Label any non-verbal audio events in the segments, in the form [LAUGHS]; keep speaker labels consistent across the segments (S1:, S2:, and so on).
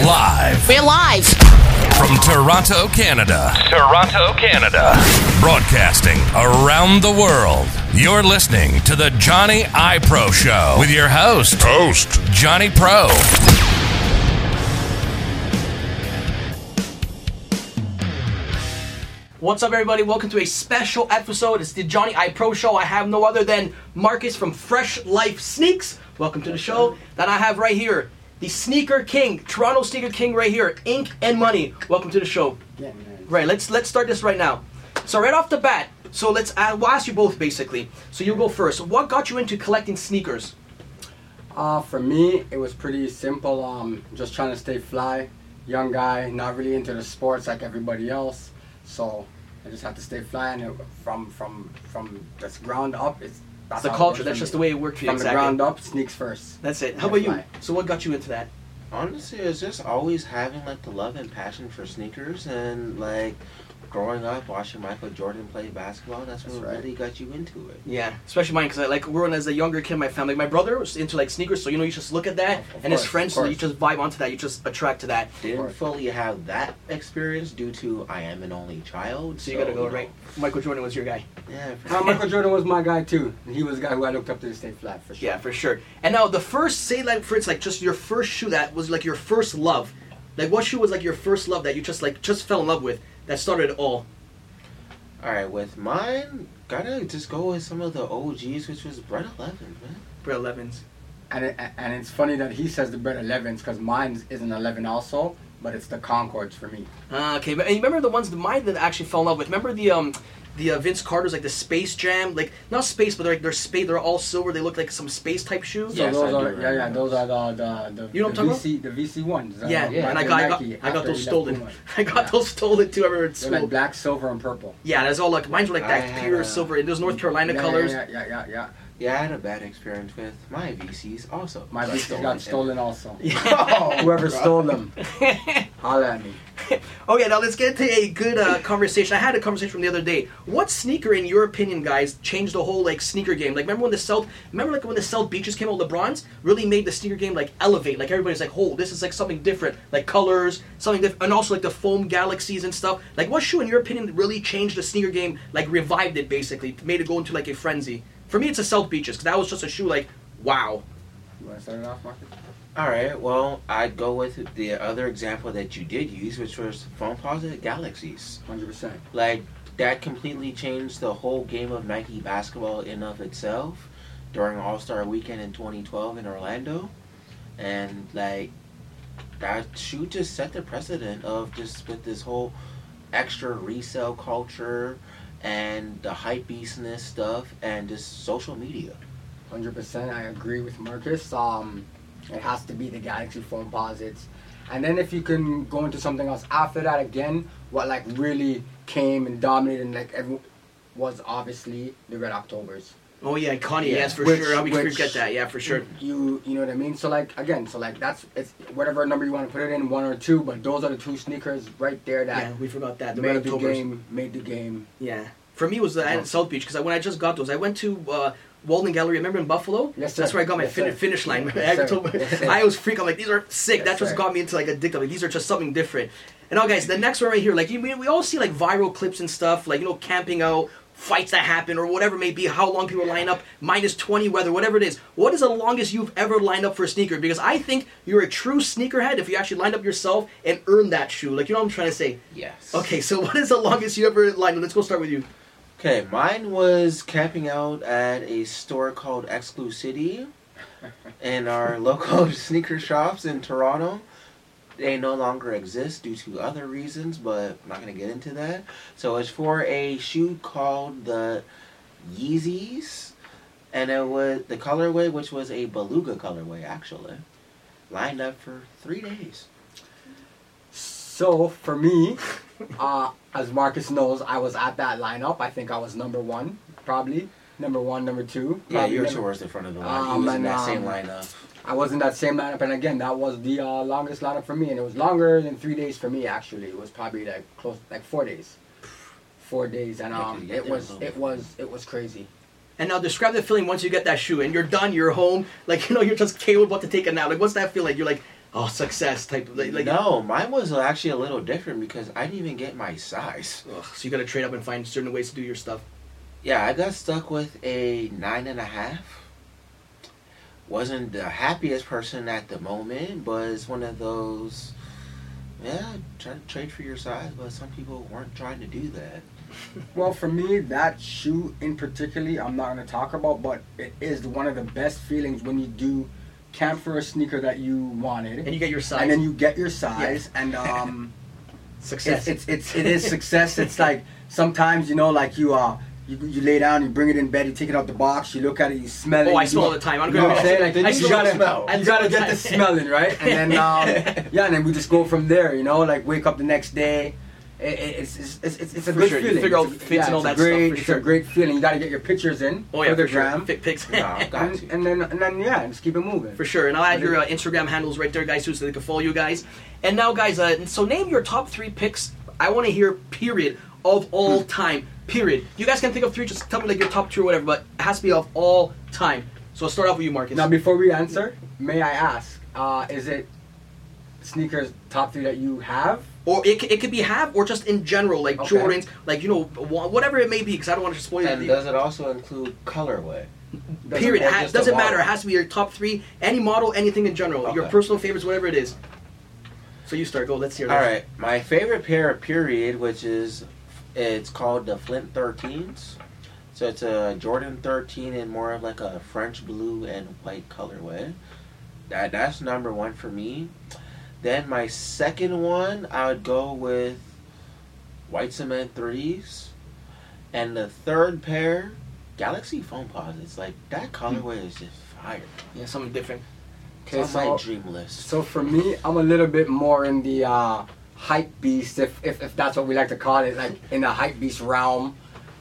S1: live.
S2: We're live.
S1: From Toronto, Canada.
S3: Toronto, Canada.
S1: Broadcasting around the world. You're listening to the Johnny iPro Show with your host, host Johnny Pro.
S4: What's up, everybody? Welcome to a special episode. It's the Johnny I Pro Show. I have no other than Marcus from Fresh Life Sneaks. Welcome to the show. Then I have right here the Sneaker King, Toronto Sneaker King, right here, Ink and Money. Welcome to the show. Right, let's let's start this right now. So right off the bat, so let's I will ask you both basically. So you go first. What got you into collecting sneakers?
S5: Uh, for me, it was pretty simple. Um, just trying to stay fly, young guy, not really into the sports like everybody else. So I just have to stay fly, and it, from from from this ground up, it's that's
S4: the
S5: how it
S4: culture,
S5: works
S4: that's
S5: for
S4: just
S5: me.
S4: the way it worked for you,
S5: From
S4: exactly.
S5: the ground up, sneaks first.
S4: That's it. How about you? So what got you into that?
S6: Honestly, it's just always having like the love and passion for sneakers and like growing up watching Michael Jordan play basketball. That's what
S5: That's right.
S6: really got you into it.
S4: Yeah, especially mine, because I like growing as a younger kid, my family, my brother was into like sneakers, so you know you just look at that,
S5: Of
S4: and his
S5: course,
S4: friends,
S5: of
S4: so you
S5: course.
S4: just vibe onto that, you just attract to that.
S6: Didn't
S5: course.
S6: fully have that experience due to I am an only child.
S4: So you gotta go
S6: know,
S4: right. Michael Jordan was your guy.
S6: Yeah. for-
S5: Uh,
S6: [LAUGHS]
S5: Michael Jordan was my guy too. He was the guy who I looked up to to stay fly for sure.
S4: Yeah, for sure. And now the first, say like for it's like just your first shoe that was like your first love, like what shoe was like your first love that you just like just fell in love with that started it all.
S6: All right, with mine, gotta just go with some of the OGs, which was Bread Eleven, man.
S4: Bro, Levins.
S5: And it, and it's funny that he says the bread 11s because mine is an 11 also, but it's the Concords for me.
S4: Ah, okay, but and you remember the ones the mine that I actually fell in love with. Remember the um, the uh, Vince Carter's like the Space Jam, like not space, but they're like they're space. They're all silver. They look like some space type shoes.
S5: So
S6: Yes,
S5: those
S6: I do
S5: are yeah yeah
S6: remember
S5: those are the the the,
S4: You know what
S5: the
S4: I'm talking
S5: VC the VC ones. uh,
S4: Yeah,
S5: after
S4: and I got, I got,
S5: Nike,
S4: I got
S5: after
S4: those
S5: he left
S4: stolen.
S5: Puma.
S4: [LAUGHS] I got
S5: Yeah.
S4: those stolen too. I remember in
S5: They're
S4: school.
S5: like black, silver, and purple.
S4: Yeah, that's all like mine's were like
S6: I
S4: that
S6: had
S4: pure
S6: a-
S4: silver and those North Carolina
S5: yeah,
S4: colors.
S5: Yeah, yeah, yeah, yeah.
S4: [LAUGHS]
S5: yeah.
S6: Yeah, I had a bad experience with my VCs also.
S5: My
S6: Got
S5: beats got
S4: [LAUGHS]
S5: stolen also.
S6: Oh,
S5: [LAUGHS] Whoever
S6: bro.
S5: stole them, holla at me.
S4: Okay, now let's get to a good uh, conversation. I had a conversation from the other day. What sneaker, in your opinion, guys, changed the whole like sneaker game? Like, remember when the South, remember like when the South Beaches came out, LeBron's really made the sneaker game like elevate. Like everybody's like, oh, this is like something different, like colors, something different, and also like the foam galaxies and stuff. Like, what shoe, in your opinion, really changed the sneaker game? Like, revived it basically, made it go into like a frenzy. For me, it's the South Beaches because that was just a shoe like, wow.
S5: You want to start it off, Marcus?
S6: All right. Well, I'd go with the other example that you did use, which was phone positive galaxies.
S5: Hundred percent.
S6: Like that completely changed the whole game of Nike basketball in of itself during All Star Weekend in 2012 in Orlando, and like that shoe just set the precedent of just with this whole extra resale culture and the hype beastness stuff and just social media.
S5: Hundred percent. I agree with Marcus. Um, it has to be the Galaxy phone posits, and then if you can go into something else after that again, what like really came and dominated and like everyone was obviously the Red Octobers.
S4: Oh yeah, Connie,
S5: Yeah.
S4: yes for
S5: Which-
S4: sure. How we
S5: which-
S4: forget that? Yeah, for sure.
S5: You you know what I mean? So like again, so like that's it's whatever number you want to put it in, one or two, but those are the two sneakers right there that
S4: Yeah, we forgot that. The Red
S5: made the
S4: Octobers.
S5: game made the game.
S4: Yeah. For me, it was the
S5: Oh.
S4: I had South Beach because when I just got those, I went to uh, Walden Gallery. Remember in Buffalo?
S5: Yes,
S4: That's
S5: sir.
S4: where I got my
S5: Yes,
S4: fin-
S5: sir.
S4: finish line.
S5: Yes,
S4: I,
S5: sir.
S4: told-
S5: Yes, sir.
S4: I was freak. I'm like, these are sick.
S5: Yes,
S4: That's what's
S5: sir.
S4: got me into like addicted. Like these are just something different. And now, guys, the next one right here, like you, we, we all see like viral clips and stuff, like you know, camping out, fights that happen, or whatever it may be. How long people line up, minus twenty weather, whatever it is. What is the longest you've ever lined up for a sneaker? Because I think you're a true sneakerhead if you actually lined up yourself and earned that shoe. Like you know what I'm trying to say.
S6: Yes.
S4: Okay, so [LAUGHS] what is the longest you ever lined up? Let's go start with you.
S6: Okay, mine was camping out at a store called Exclu City in [LAUGHS] our local sneaker shops in Toronto. They no longer exist due to other reasons, but I'm not going to get into that. So it's for a shoe called the Yeezys, and it was the colorway, which was a beluga colorway, actually. Lined up for three days.
S5: So for
S6: [LAUGHS]
S5: me, uh, as Marcus knows, I was at that lineup. I think I was number one, probably number one, number two.
S6: Yeah,
S5: probably
S6: you were
S5: number-
S6: towards the front of the line.
S5: Um,
S6: he was in
S5: and,
S6: that same
S5: um,
S6: lineup.
S5: I was in that same lineup, and again, that was the uh, longest lineup for me, and it was longer than three days for me. Actually, it was probably like close, like four days, four days, and
S6: Yeah, 'cause
S5: um,
S6: you get
S5: it
S6: there
S5: was,
S6: a little
S5: it was, it was crazy.
S4: And now describe the feeling once you get that shoe and you're done, you're home, like you know, you're just KO about to take a nap. Like what's that feel like? You're like, oh success type of like, like
S6: no, mine was actually a little different because I didn't even get my size.
S4: Ugh, so you gotta trade up and find certain ways to do your stuff.
S6: Yeah, I got stuck with a nine and a half. Wasn't the happiest person at the moment, but it's one of those. Yeah, try to trade for your size, but some people weren't trying to do that.
S5: Well, for me, that shoe in particularly, I'm not gonna talk about, but it is one of the best feelings when you do camp for a sneaker that you wanted,
S4: And you get your size.
S5: and then you get your size, and um.
S4: [LAUGHS] success.
S5: it's it's, it's it is success. It's like sometimes you know, like you uh you, you lay down, you bring it in bed, you take it out the box, you look at it, you smell it.
S4: Oh, I
S5: you
S4: smell
S5: do-
S4: all the time. I'm
S5: you know
S4: gonna-
S5: what I'm saying? Like
S6: I
S5: you
S6: smell
S5: gotta
S6: the smell.
S5: you
S4: [LAUGHS]
S5: gotta
S4: Oh,
S5: get the smelling right, and then um, yeah, and then we just go from there. You know, like wake up the next day. It, it, it's, it's, it's, it's
S4: For
S5: a good
S4: sure, you
S5: feeling.
S4: figure out
S5: It's a-
S4: fits
S5: yeah,
S4: and all
S5: it's a
S4: that stuff,
S5: great-
S4: for
S5: it's
S4: sure.
S5: a great feeling. You gotta get your pictures in
S4: oh yeah,
S5: for the
S4: for sure.
S5: gram,
S4: Fit pics.
S6: No, I got
S5: and,
S6: to.
S5: and then and then yeah, just keep it moving.
S4: For sure, and I'll add your uh, Instagram handles right there, guys, too, so they can follow you guys. And now, guys, uh, so name your top three picks. I want to hear period of
S6: Hmm.
S4: all time. Period. You guys can think of three. Just tell me like your top two or whatever, but it has to be of all time. So I'll start off with you, Marcus.
S5: Now, before we answer, may I ask, uh, is it sneakers top three that you have?
S4: or it, c- it could be have or just in general, like
S5: Okay.
S4: Jordans, like you know wha- whatever it may be, because I don't want to spoil
S6: And
S4: the-
S6: does it also include colorway?
S5: Doesn't-
S4: Period.
S6: or
S4: Ha-
S6: just a
S4: doesn't matter. It
S6: model?
S4: has to be your top three, any model, anything in general, your
S6: Okay.
S4: personal favorites, whatever it is. So you start. Go. Let's hear. it.
S6: All right, my favorite pair of period, which is, it's called the Flint 13s. So it's a Jordan 13 in more of like a French blue and white colorway. That that's number one for me. Then my second one, I would go with white cement threes, and the third pair, Galaxy foam posits. Like that colorway is just fire.
S4: Yeah, something different.
S6: It's
S5: Okay,
S6: on my
S5: so,
S6: dream list.
S5: so for me, I'm a little bit more in the uh, hype beast, if, if if that's what we like to call it, like in the hype beast realm.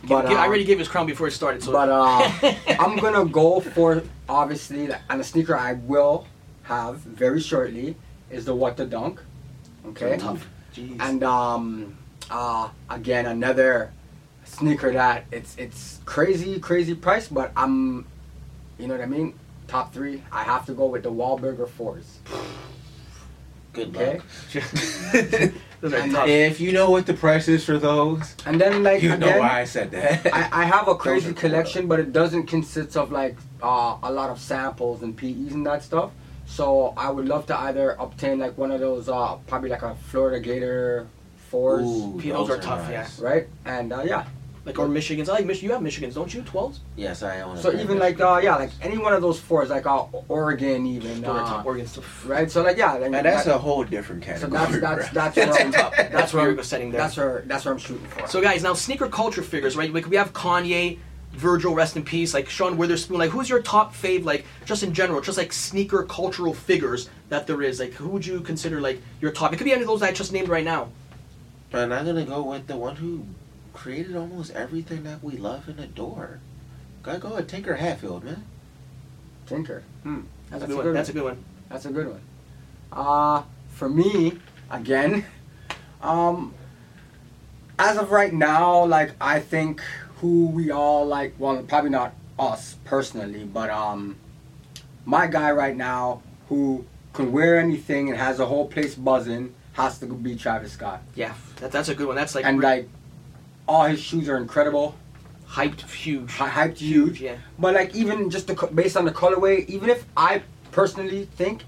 S5: But
S4: Gi- I
S5: um,
S4: already gave his crown before it started. So
S5: But uh, I'm gonna
S4: [LAUGHS]
S5: go for obviously, the- and a sneaker I will have very shortly is the What the Dunk. Okay.
S4: Tough.
S6: Jeez.
S5: And um, uh, again, another sneaker that it's it's crazy, crazy price, but I'm, you know what I mean. Top three, I have to go with the Wahlburger fours.
S6: Good
S5: Okay.
S6: luck.
S4: [LAUGHS]
S5: [LAUGHS]
S6: [LAUGHS]
S4: Those are
S5: And uh,
S4: tough.
S6: If you know what the price is for those,
S5: And then like
S6: you know
S5: again,
S6: why I said that. [LAUGHS]
S5: I, I have a crazy
S6: are cool,
S5: collection, but it doesn't consist of like uh, a lot of samples and PEs and that stuff. So I would love to either obtain like one of those, uh, probably like a Florida Gator fours,
S4: Peels are tough, yeah.
S5: right? And uh, yeah,
S4: Like or Michigan's. I like Mich- You have Michigan's, don't you? Twelves.
S6: Yes, I own. a
S5: So
S6: pair
S5: even
S6: of
S5: like
S6: Michigan
S5: uh, yeah, like
S6: Bulls.
S5: any one of those fours, like uh, Oregon, even
S4: Those are
S5: uh,
S4: tough organs. so-
S5: right. So like yeah, like,
S6: and that's
S5: that-
S6: a whole different
S5: so
S6: category.
S5: that's that's
S6: bruh.
S5: that's where I'm,
S6: [LAUGHS]
S4: That's
S5: that's
S4: where
S5: where
S4: you're
S5: I'm,
S4: setting there.
S5: that's where that's where I'm shooting for.
S4: So guys, now sneaker culture figures, right? Like we have Kanye, Virgil, rest in peace. Like Sean Witherspoon. Like who's your top fave? Like just in general, just like sneaker cultural figures that there is. Like who would you consider like your top? It could be any of those I just named right now.
S6: But I'm gonna go with the one who created almost everything that we love and adore. Gotta go with Tinker
S5: [LAUGHS]
S6: Hatfield, man.
S5: Tinker. Hmm.
S4: That's, a good one. That's a good one.
S5: That's a good one. Uh, for me, again, um, as of right now, like I think who we all like, well, probably not us personally, but um, my guy right now who can wear anything and has the whole place buzzing has to be Travis Scott.
S4: Yeah, that, that's a good one. That's like,
S5: And
S4: re-
S5: like, all his shoes are incredible,
S4: hyped huge.
S5: hy- hyped huge.
S4: Yeah.
S5: But like even just the, co- based on the colorway, even if I personally think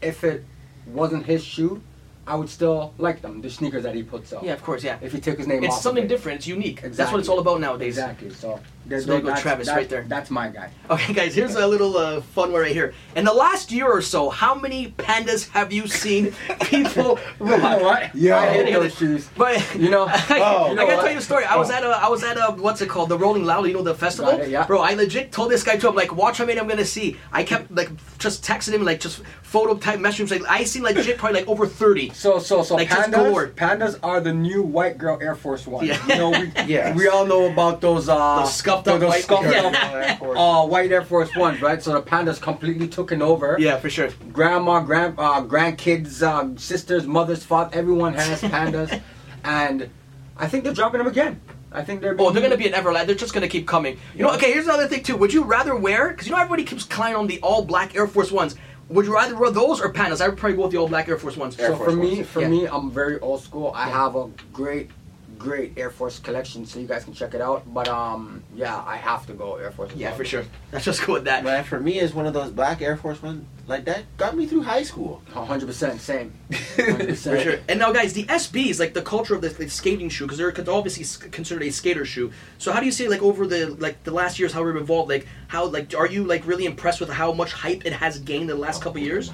S5: if it wasn't his shoe, I would still like them. The sneakers that he puts on.
S4: Yeah, of course. Yeah.
S5: If he took his name off.
S4: It's
S5: of
S4: something
S5: it.
S4: different. It's unique. That's what
S5: Exactly.
S4: it's all about nowadays.
S5: Exactly. So there's
S4: So there
S5: no
S4: you go, Travis, right there.
S5: That's
S4: [LAUGHS]
S5: my guy.
S4: Okay, guys, here's a little uh, fun one right here. In the last year or so, how many pandas have you seen people
S5: [LAUGHS] You know
S4: rock?
S5: what?
S6: Yo.
S5: I hate those shoes.
S4: But
S5: You know.
S4: [LAUGHS] I,
S6: Oh.
S4: I
S6: You
S5: know
S4: gotta
S5: what?
S4: tell you a story. I was at a, I was at a, what's it called, the Rolling Loud, you know, the festival.
S5: Got it, yeah.
S4: Bro, I legit told this guy to him like, watch how many I'm gonna see. I kept like just texting him like just photo type messages. Like I seen legit probably like over thirty.
S5: So so so
S4: Like, just galore.
S5: pandas. Pandas are the new white girl Air Force One.
S4: Yeah.
S5: You
S4: [LAUGHS]
S5: know we
S6: Yes.
S5: we all know about those uh
S4: Those scuffed
S5: those,
S4: up white-
S5: scuffed
S4: Yeah.
S5: up, uh, white Air Force Ones, right? So the pandas completely taken over.
S4: Yeah, for sure.
S5: grandma, grand, uh, grandkids, um, sisters, mothers, father, everyone
S4: [LAUGHS]
S5: has pandas, and I think they're dropping them again. I think they're.
S4: Oh, they're gonna be an everlast. They're just gonna keep coming. You know. Okay, here's another thing too. Would you rather wear? Because you know everybody keeps climbing on the all black Air Force ones. Would you rather wear those or Pandas? I would probably go with the all black Air Force Ones.
S6: Air
S5: so
S6: Force
S5: for me,
S6: Ones.
S5: for
S4: Yeah.
S5: me, I'm very old school. I
S4: Yeah.
S5: have a great, great Air Force collection, so you guys can check it out. But um, yeah, I have to go Air Force. as
S4: Yeah,
S5: well.
S4: for sure. Let's just go with that.
S6: Man, for me, it's one of those black Air Force One like that got me through high school.
S5: 100% same.
S4: [LAUGHS] For
S5: 100%.
S4: sure. And now, guys, the SBs, like the culture of the, the skating shoe, because they're con- obviously s- considered a skater shoe. So, how do you see, like, over the like the last years, how we've evolved? Like, how like are you like really impressed with how much hype it has gained in the last couple years?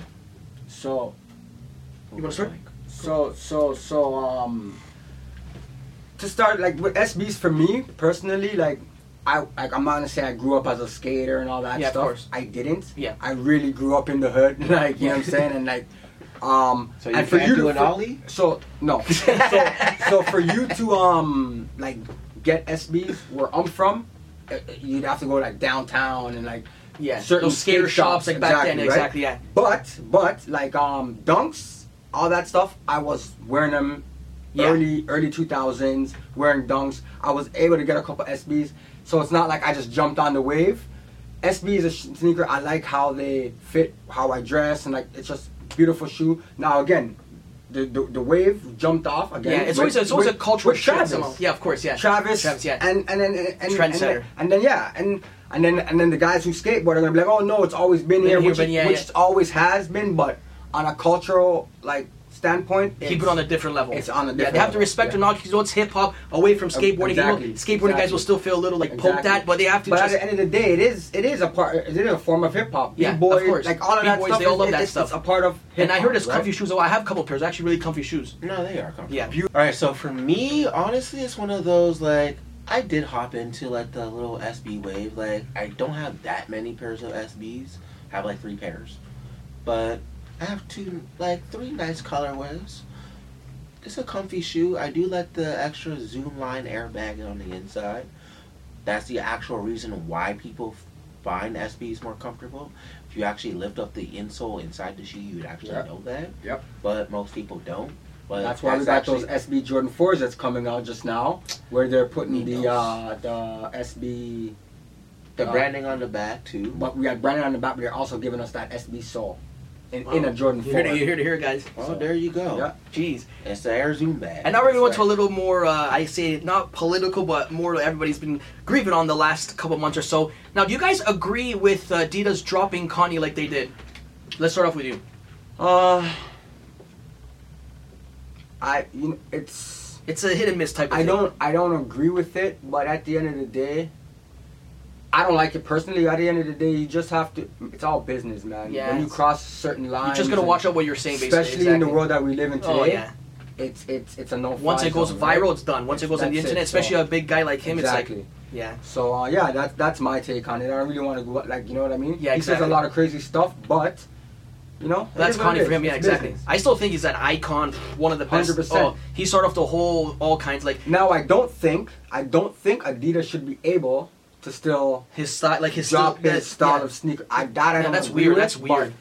S5: So,
S4: You want to start?
S5: so, so, so, um, to start, like, with SBs for me, personally, like, I, like, I'm not gonna say I grew up as a skater and all that
S4: Yeah, of
S5: stuff.
S4: course.
S5: I didn't.
S4: Yeah.
S5: I really grew up in the hood, [LAUGHS] like, you know what I'm saying? And, like, um,
S6: So you
S5: and for
S6: can't
S5: you
S6: do
S5: to,
S6: an
S5: for-
S6: ollie?
S5: So,
S4: [LAUGHS]
S5: no. so, so, for you to, um, like, get SBs where I'm from, uh, uh, you'd have to go, like, downtown and, like,
S4: Yeah.
S5: certain
S4: Those skater
S5: skate
S4: shops,
S5: shops,
S4: like back
S5: exactly,
S4: then,
S5: right?
S4: exactly. Yeah.
S5: But but like um dunks, all that stuff, I was wearing them
S4: Yeah.
S5: early early two thousands, wearing dunks. I was able to get a couple SBs, so it's not like I just jumped on the wave. SB is a sh- sneaker. I like how they fit, how I dress, and like it's just beautiful shoe. Now again, the the, the wave jumped off again.
S4: Yeah, it's always,
S5: with-
S4: it's always a
S5: with-
S4: cultural
S5: with
S4: shift
S5: Travis.
S4: somehow. Yeah, of course, yeah.
S5: Travis,
S4: Travis, yeah.
S5: and and then and, and,
S4: Trendsetter.
S5: and, and then yeah, and and then and then the guys who skateboard are gonna be like, oh no, it's always been,
S4: Been
S5: here,
S4: here,
S5: which,
S4: been-
S5: it,
S4: yeah,
S5: which
S4: yeah.
S5: it always has been, but on a cultural like standpoint,
S4: Keep it on a different level.
S5: it's on a
S4: Yeah,
S5: different
S4: they have to
S5: level,
S4: respect
S5: yeah.
S4: their knowledge because you know, it's hip hop away from skateboarding.
S5: exactly,
S4: You know, skateboarding guys
S5: exactly.
S4: will still feel a little like poked
S5: Exactly.
S4: at, but they have to
S5: But
S4: just
S5: at the end of the day, it is it is a part. It is a form of hip hop.
S4: Yeah, of
S5: B-boy,
S4: course.
S5: Like all of that
S4: B-boys,
S5: stuff.
S4: they all
S5: is-
S4: love
S5: it-
S4: that
S5: it's,
S4: stuff.
S5: It's a part of.
S4: And I
S5: hip-hop,
S4: heard it's
S5: right?
S4: comfy shoes. Oh, I have a couple pairs. Actually, really comfy shoes.
S6: No, they are comfortable.
S4: Yeah.
S6: All right, so for me, honestly, it's one of those like I did hop into like the little SB wave. Like I don't have that many pairs of SBs. I have like three pairs, but I have two like three nice colorways. It's a comfy shoe. I do like the extra zoom line airbag on the inside. That's the actual reason why people find SBs more comfortable. If you actually lift up the insole inside the shoe, you would actually
S5: Yep.
S6: know that.
S5: Yep.
S6: But most people don't. But
S5: That's why we got those SB Jordan fours that's coming out just now, where they're putting
S6: Need
S5: the
S6: those.
S5: uh, the SB.
S6: The
S5: uh,
S6: branding on the back too.
S5: But we got branded on the back, but they're also giving us that SB sole in, in
S4: Wow.
S5: a Jordan
S4: You're here,
S5: four.
S4: to, you're here to hear, guys.
S6: Oh, there you go.
S5: Yeah.
S4: Jeez.
S6: It's the Air Zoom bag.
S4: And now we're going to go
S5: That's
S4: into a little more, uh, I say, not political, but more everybody's been grieving on the last couple months or so. Now, do you guys agree with uh, Adidas dropping Kanye like they did? Let's start off with you.
S5: Uh, I you know, it's
S4: It's a hit and miss type of
S5: I
S4: thing.
S5: don't I don't agree with it, but at the end of the day, I don't like it personally. At the end of the day, you just have to. It's all business, man.
S4: Yeah,
S5: When you
S4: it's-
S5: cross certain lines,
S4: You're just going to
S5: and-
S4: watch out what you're saying, basically.
S5: especially in the
S4: Exactly.
S5: world that we live in today.
S4: Oh, yeah.
S5: It's it's it's a no.
S4: Once it goes viral, it's done. Once it goes on the
S5: That's it,
S4: internet,
S5: so-
S4: especially a big guy like him,
S5: exactly.
S4: it's like, yeah.
S5: So uh, yeah, that's that's my take on it. I don't really want to go like you know what I mean.
S4: Yeah,
S5: he says
S4: exactly.
S5: a lot of crazy stuff, but you know it
S4: That's
S5: is what
S4: Connie
S5: it
S4: for
S5: is.
S4: him, yeah,
S5: It's
S4: exactly.
S5: business.
S4: I still think he's an icon, one of the best.
S5: 100%.
S4: Oh, he started off the whole, all kinds, like,
S5: Now I don't think I don't think Adidas should be able to still
S4: his style, like his
S5: drop
S4: style,
S5: his style
S4: yeah.
S5: of sneaker. I that I
S4: Yeah,
S5: don't
S4: that's
S5: agree
S4: weird,
S5: with,
S4: that's
S5: but
S4: weird.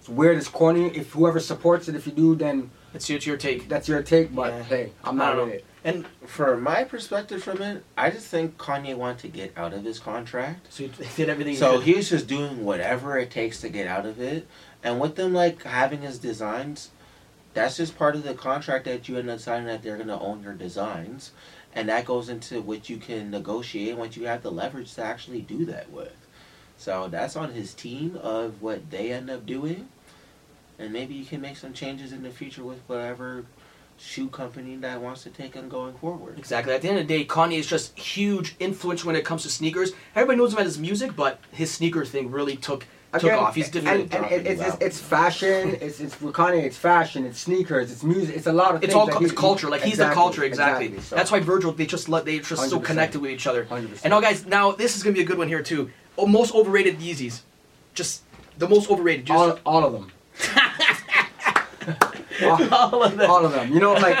S5: It's weird. It's corny. If whoever supports it, if you do, then
S4: It's your, it's your take.
S5: that's your take. But
S4: Yeah.
S5: hey, I'm
S4: I
S5: not
S4: don't know.
S5: with it.
S4: And
S6: For my perspective from it, I just think Kanye wanted to get out of his contract.
S4: [LAUGHS] so he did everything.
S6: So
S4: he,
S6: he was just doing whatever it takes to get out of it. And with them like having his designs, that's just part of the contract that you end up signing that they're gonna own your designs. And that goes into what you can negotiate once you have the leverage to actually do that with. So that's on his team of what they end up doing. And maybe you can make some changes in the future with whatever shoe company that wants to take him going forward.
S4: exactly. At the end of the day, Kanye is just huge influence when it comes to sneakers. Everybody knows him as his music, but his sneaker thing really took took
S5: Again,
S4: off. He's
S5: and,
S4: different.
S5: and,
S6: dropping
S5: it- it's,
S6: the
S5: it's,
S6: album.
S4: [LAUGHS]
S5: it's fashion. It's it's with Kanye. It's fashion. It's sneakers. It's music. It's a lot of
S4: it's
S5: things.
S4: all
S5: that
S4: cu-
S5: he-
S4: it's culture. Like he's the
S5: exactly,
S4: culture, exactly.
S5: so-
S4: That's why Virgil. They just let they just so
S5: 100%.
S4: connected with each other.
S5: 100%.
S4: And now, guys, now this is gonna be a good one here too. Oh, most overrated Yeezys, just the most overrated. Just,
S5: all, all of them.
S4: [LAUGHS]
S5: all,
S4: all of them. Ah.
S5: all of them. You
S4: [LAUGHS]
S5: know, like,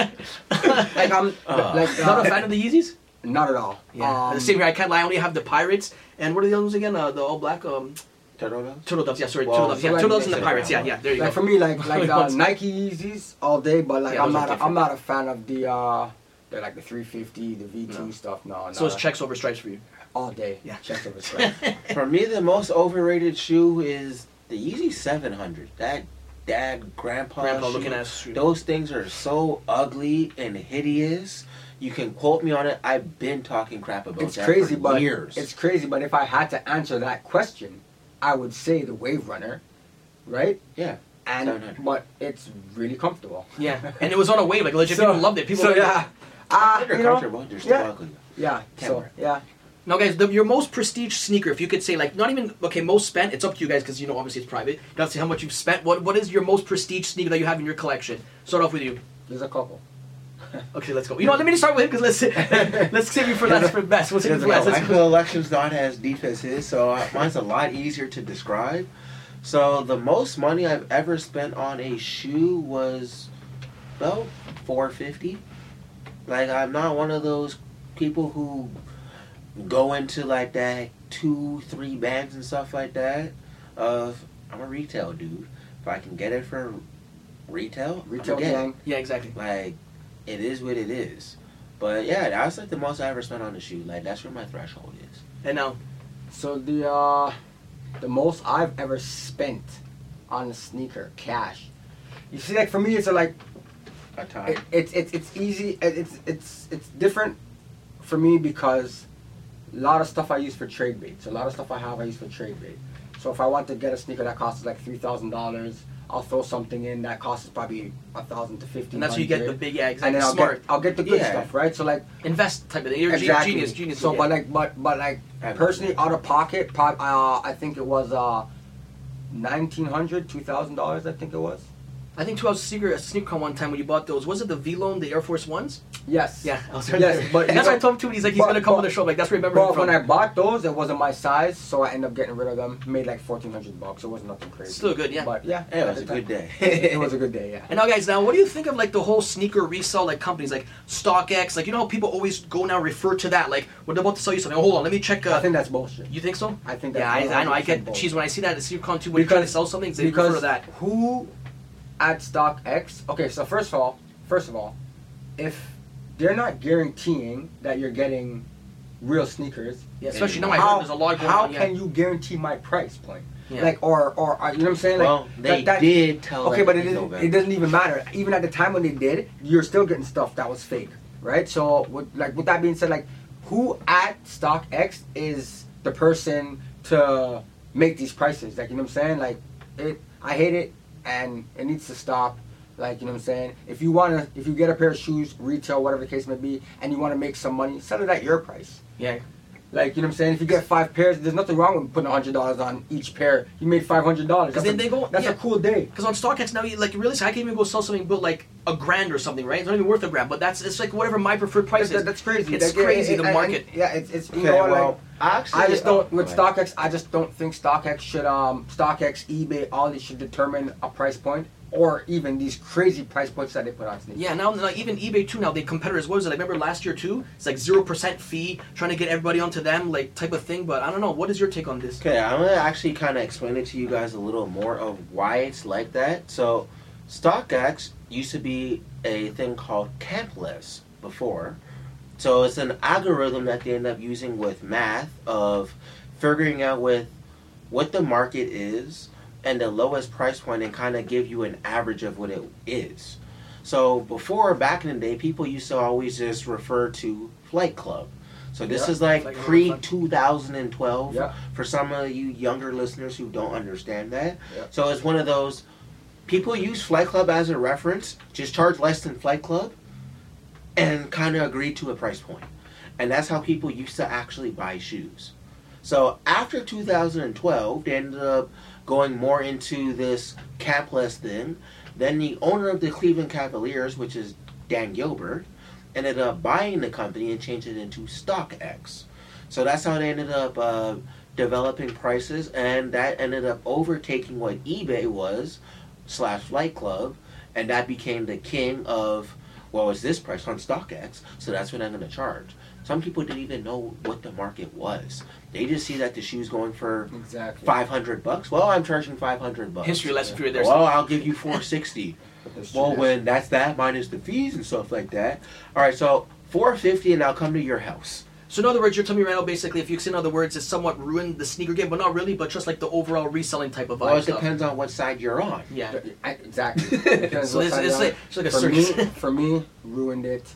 S5: like I'm like uh,
S4: Not a
S5: [LAUGHS]
S4: fan of the Yeezys.
S5: Not at all.
S4: Yeah.
S5: Um,
S4: the same here. I can't lie. I only have the Pirates and what are the other ones again? Uh, the all black um,
S6: Turtle
S4: turtle doves. Yeah, sorry,
S6: Well,
S4: turtle doves. Yeah,
S5: like-
S4: turtle doves and the Pirates. Yeah, yeah. There you
S5: Like
S4: go.
S5: for
S4: [LAUGHS]
S5: me, like like uh,
S4: Once.
S5: Nike Yeezys all day, but like
S4: Yeah,
S5: I'm
S4: those are
S5: not a, I'm
S4: different.
S5: not a fan of the uh, the like the 350, the V2 stuff. No, no.
S4: So it's checks over stripes for you.
S5: all day.
S4: [LAUGHS] Yeah.
S5: checks over stripes.
S6: For me, the most overrated shoe is the Yeezy 700, that dad
S5: Oh,
S6: grandpa,
S4: Grandpa
S6: shoe,
S4: looking ass shoe.
S6: Those things are so ugly and hideous. You can quote me on it. I've been talking crap about
S5: It's
S6: that
S5: crazy,
S6: for
S5: but
S6: years.
S5: it's crazy. But if I had to answer that question, I would say the Wave Runner, right?
S6: Yeah,
S5: And
S6: 700.
S5: but it's really comfortable.
S4: Yeah, and it was on a wave. Like legit,
S5: So-
S4: people loved it. People
S5: so
S4: loved it.
S5: yeah, ah,
S6: they're
S5: you know,
S6: comfortable. They're still
S5: yeah.
S6: ugly.
S5: yeah. So
S6: Camera.
S5: yeah,
S4: Now, guys, the, your most prestige sneaker, if you could say, like, not even okay, most spent. It's up to you guys because you know, obviously, it's private. You got to say how much you've spent. What What is your most prestige sneaker that you have in your collection? Start off with you.
S5: there's a couple.
S4: Okay, let's go. You know, what, let me just start with him because let's [LAUGHS] let's save you for last for best. We'll save you for last.
S6: I
S4: Let's go.
S6: feel election's not as deep as his, so uh, mine's a lot easier to describe. So the most money I've ever spent on a shoe was about four fifty. Like I'm not one of those people who go into like that two, three bands and stuff like that. Of I'm a retail dude. If I can get it for retail,
S5: Retail
S6: i
S5: gang.
S4: Yeah, exactly.
S6: like it is what it is. But yeah, that's like the most I ever spent on a shoe. Like that's where my threshold is.
S4: And now,
S5: So the uh, the most I've ever spent on a sneaker, cash. You see, like for me, it's a, like
S6: A top.
S5: it, it's it's it's easy. It, it's it's it's different for me because a lot of stuff I use for trade baits. A lot of stuff I have I use for trade bait. So if I want to get a sneaker that costs like three thousand dollars, I'll throw something in that costs probably a thousand to fifteen.
S4: and that's where you get the big yeah,
S5: and
S4: exactly.
S5: then I'll
S4: Smart,
S5: get I'll get the good
S6: Yeah.
S5: stuff, right? So like
S4: invest type of thing. You're a ge-
S5: exactly.
S4: genius, genius.
S5: So,
S4: yeah.
S5: but like, but but like,
S6: I've-
S5: personally, out of pocket, prob- uh, I think it was uh, nineteen hundred, two thousand dollars. I think it was.
S4: I think two hours sneaker sneaker con one time when you bought those. Was it the V Loan, the Air Force Ones?
S5: Yes.
S4: Yeah, I was
S5: [LAUGHS] Yes, but
S4: and that's what I told him too. He's like, he's
S5: but-
S4: gonna come on
S5: but-
S4: the show. Like that's where I remember him
S5: But
S4: from.
S5: when I bought those, it wasn't my size, so I ended up getting rid of them. Made like fourteen hundred bucks. It was nothing crazy.
S4: Still good, yeah.
S5: But yeah,
S6: Yeah, it
S5: at
S6: was
S5: the
S6: a good
S5: time-
S6: day.
S5: [LAUGHS] it was a good day. Yeah.
S4: And now, guys, now what do you think of like the whole sneaker resale like companies like StockX? Like you know how people always go now refer to that like when they're about to sell you something. Oh, hold on, let me check. Uh,
S5: I think that's bullshit.
S4: you think so?
S5: I think that's
S4: Yeah, I, I know. I
S5: 100%
S4: get the
S5: both.
S4: cheese when I see that at SneakerCon too. When you're trying to sell something, they refer to that.
S5: Who at StockX? Okay, so first of all, first of all, if they're not guaranteeing that you're getting real sneakers,
S4: Yeah, especially
S6: Anyway.
S4: now I heard there's a lot going
S5: how
S4: on.
S5: can
S4: yeah.
S5: you guarantee my price point?
S4: Yeah.
S5: Like or or uh, you know what I'm saying? Like,
S6: well, they
S5: that- that-
S6: did tell.
S5: Okay,
S6: that
S5: but it
S6: in
S5: doesn't,
S6: November.
S5: it doesn't even matter. Even at the time when they did, you're still getting stuff that was fake, right? So, with, like with that being said, like who at StockX is the person to make these prices? Like you know what I'm saying? Like it, I hate it, and it needs to stop. Like you know what I'm saying? If you wanna, if you get a pair of shoes, retail, whatever the case may be, and you wanna make some money, sell it at your price.
S4: yeah,
S5: Like you know what I'm saying? If you get five pairs, there's nothing wrong with putting hundred dollars on each pair. You made five hundred dollars.
S4: Because
S5: That's, a,
S4: then they go-
S5: that's
S4: yeah.
S5: a cool day.
S4: because on StockX now, you, like realistically, I can't even go sell something but like a grand or something, right? It's not even worth a grand, but that's it's like whatever my preferred price
S5: That-
S4: is.
S5: that's crazy.
S4: It's
S5: Like, it-
S4: crazy
S5: it-
S4: the
S5: and-
S4: market.
S5: and- yeah, it's it's you
S6: Okay,
S5: know
S6: well,
S5: like.
S6: actually,
S5: I just don't with
S6: oh,
S5: StockX. I just don't think StockX should um StockX, eBay, all these should determine a price point or even these crazy price points that they put on sneakers.
S4: Yeah, now like, even eBay too. Now they competitors. What was it? I remember last year too. It's like zero percent fee, trying to get everybody onto them, like type of thing. But I don't know. What is your take on this?
S6: Okay, I'm gonna actually kind of explain it to you guys a little more of why it's like that. So, StockX used to be a thing called Campless before. So it's an algorithm that they end up using with math of figuring out with what the market is and the lowest price point and kind of give you an average of what it is. So before back in the day, people used to always just refer to Flight Club. So this
S5: Yeah,
S6: is like
S4: Flight Club.
S6: pre 2012
S5: Yeah.
S6: for some of you younger listeners who don't understand that.
S5: Yeah.
S6: So it's one of those people use Flight Club as a reference, just charge less than Flight Club, and kind of agree to a price point. And that's how people used to actually buy shoes. So after 2012, they ended up going more into this capless thing. Then the owner of the Cleveland Cavaliers, which is Dan Gilbert, ended up buying the company and changed it into StockX. So that's how they ended up uh, developing prices, and that ended up overtaking what eBay was slash Flight Club, and that became the king of well, it's this price on StockX, so that's what I'm going to charge. Some people didn't even know what the market was. They just see that the shoe's going for
S5: Mm-hmm. exactly.
S6: five hundred bucs. Well, I'm charging five hundred bucks.
S4: History lesson period there.
S6: Well, I'll give you
S4: [LAUGHS]
S6: four sixty.
S5: That's
S6: Well,
S5: true.
S6: when that's that minus the fees and stuff like that. All right, so four fifty, and I'll come to your house.
S4: So in other words, you're telling me right now, basically, if you say in other words, it's somewhat ruined the sneaker game, but not really, but just like the overall reselling type of vibe
S6: Well, it
S4: stuff.
S6: depends on what side you're on.
S4: Yeah.
S5: e,
S4: [LAUGHS]
S5: I- Exactly. Depends
S4: So
S5: what
S4: it's-
S5: side
S4: it's
S5: you're on.
S4: like- it's like a
S5: for
S4: circus. [LAUGHS]
S5: Me, for me, ruined it.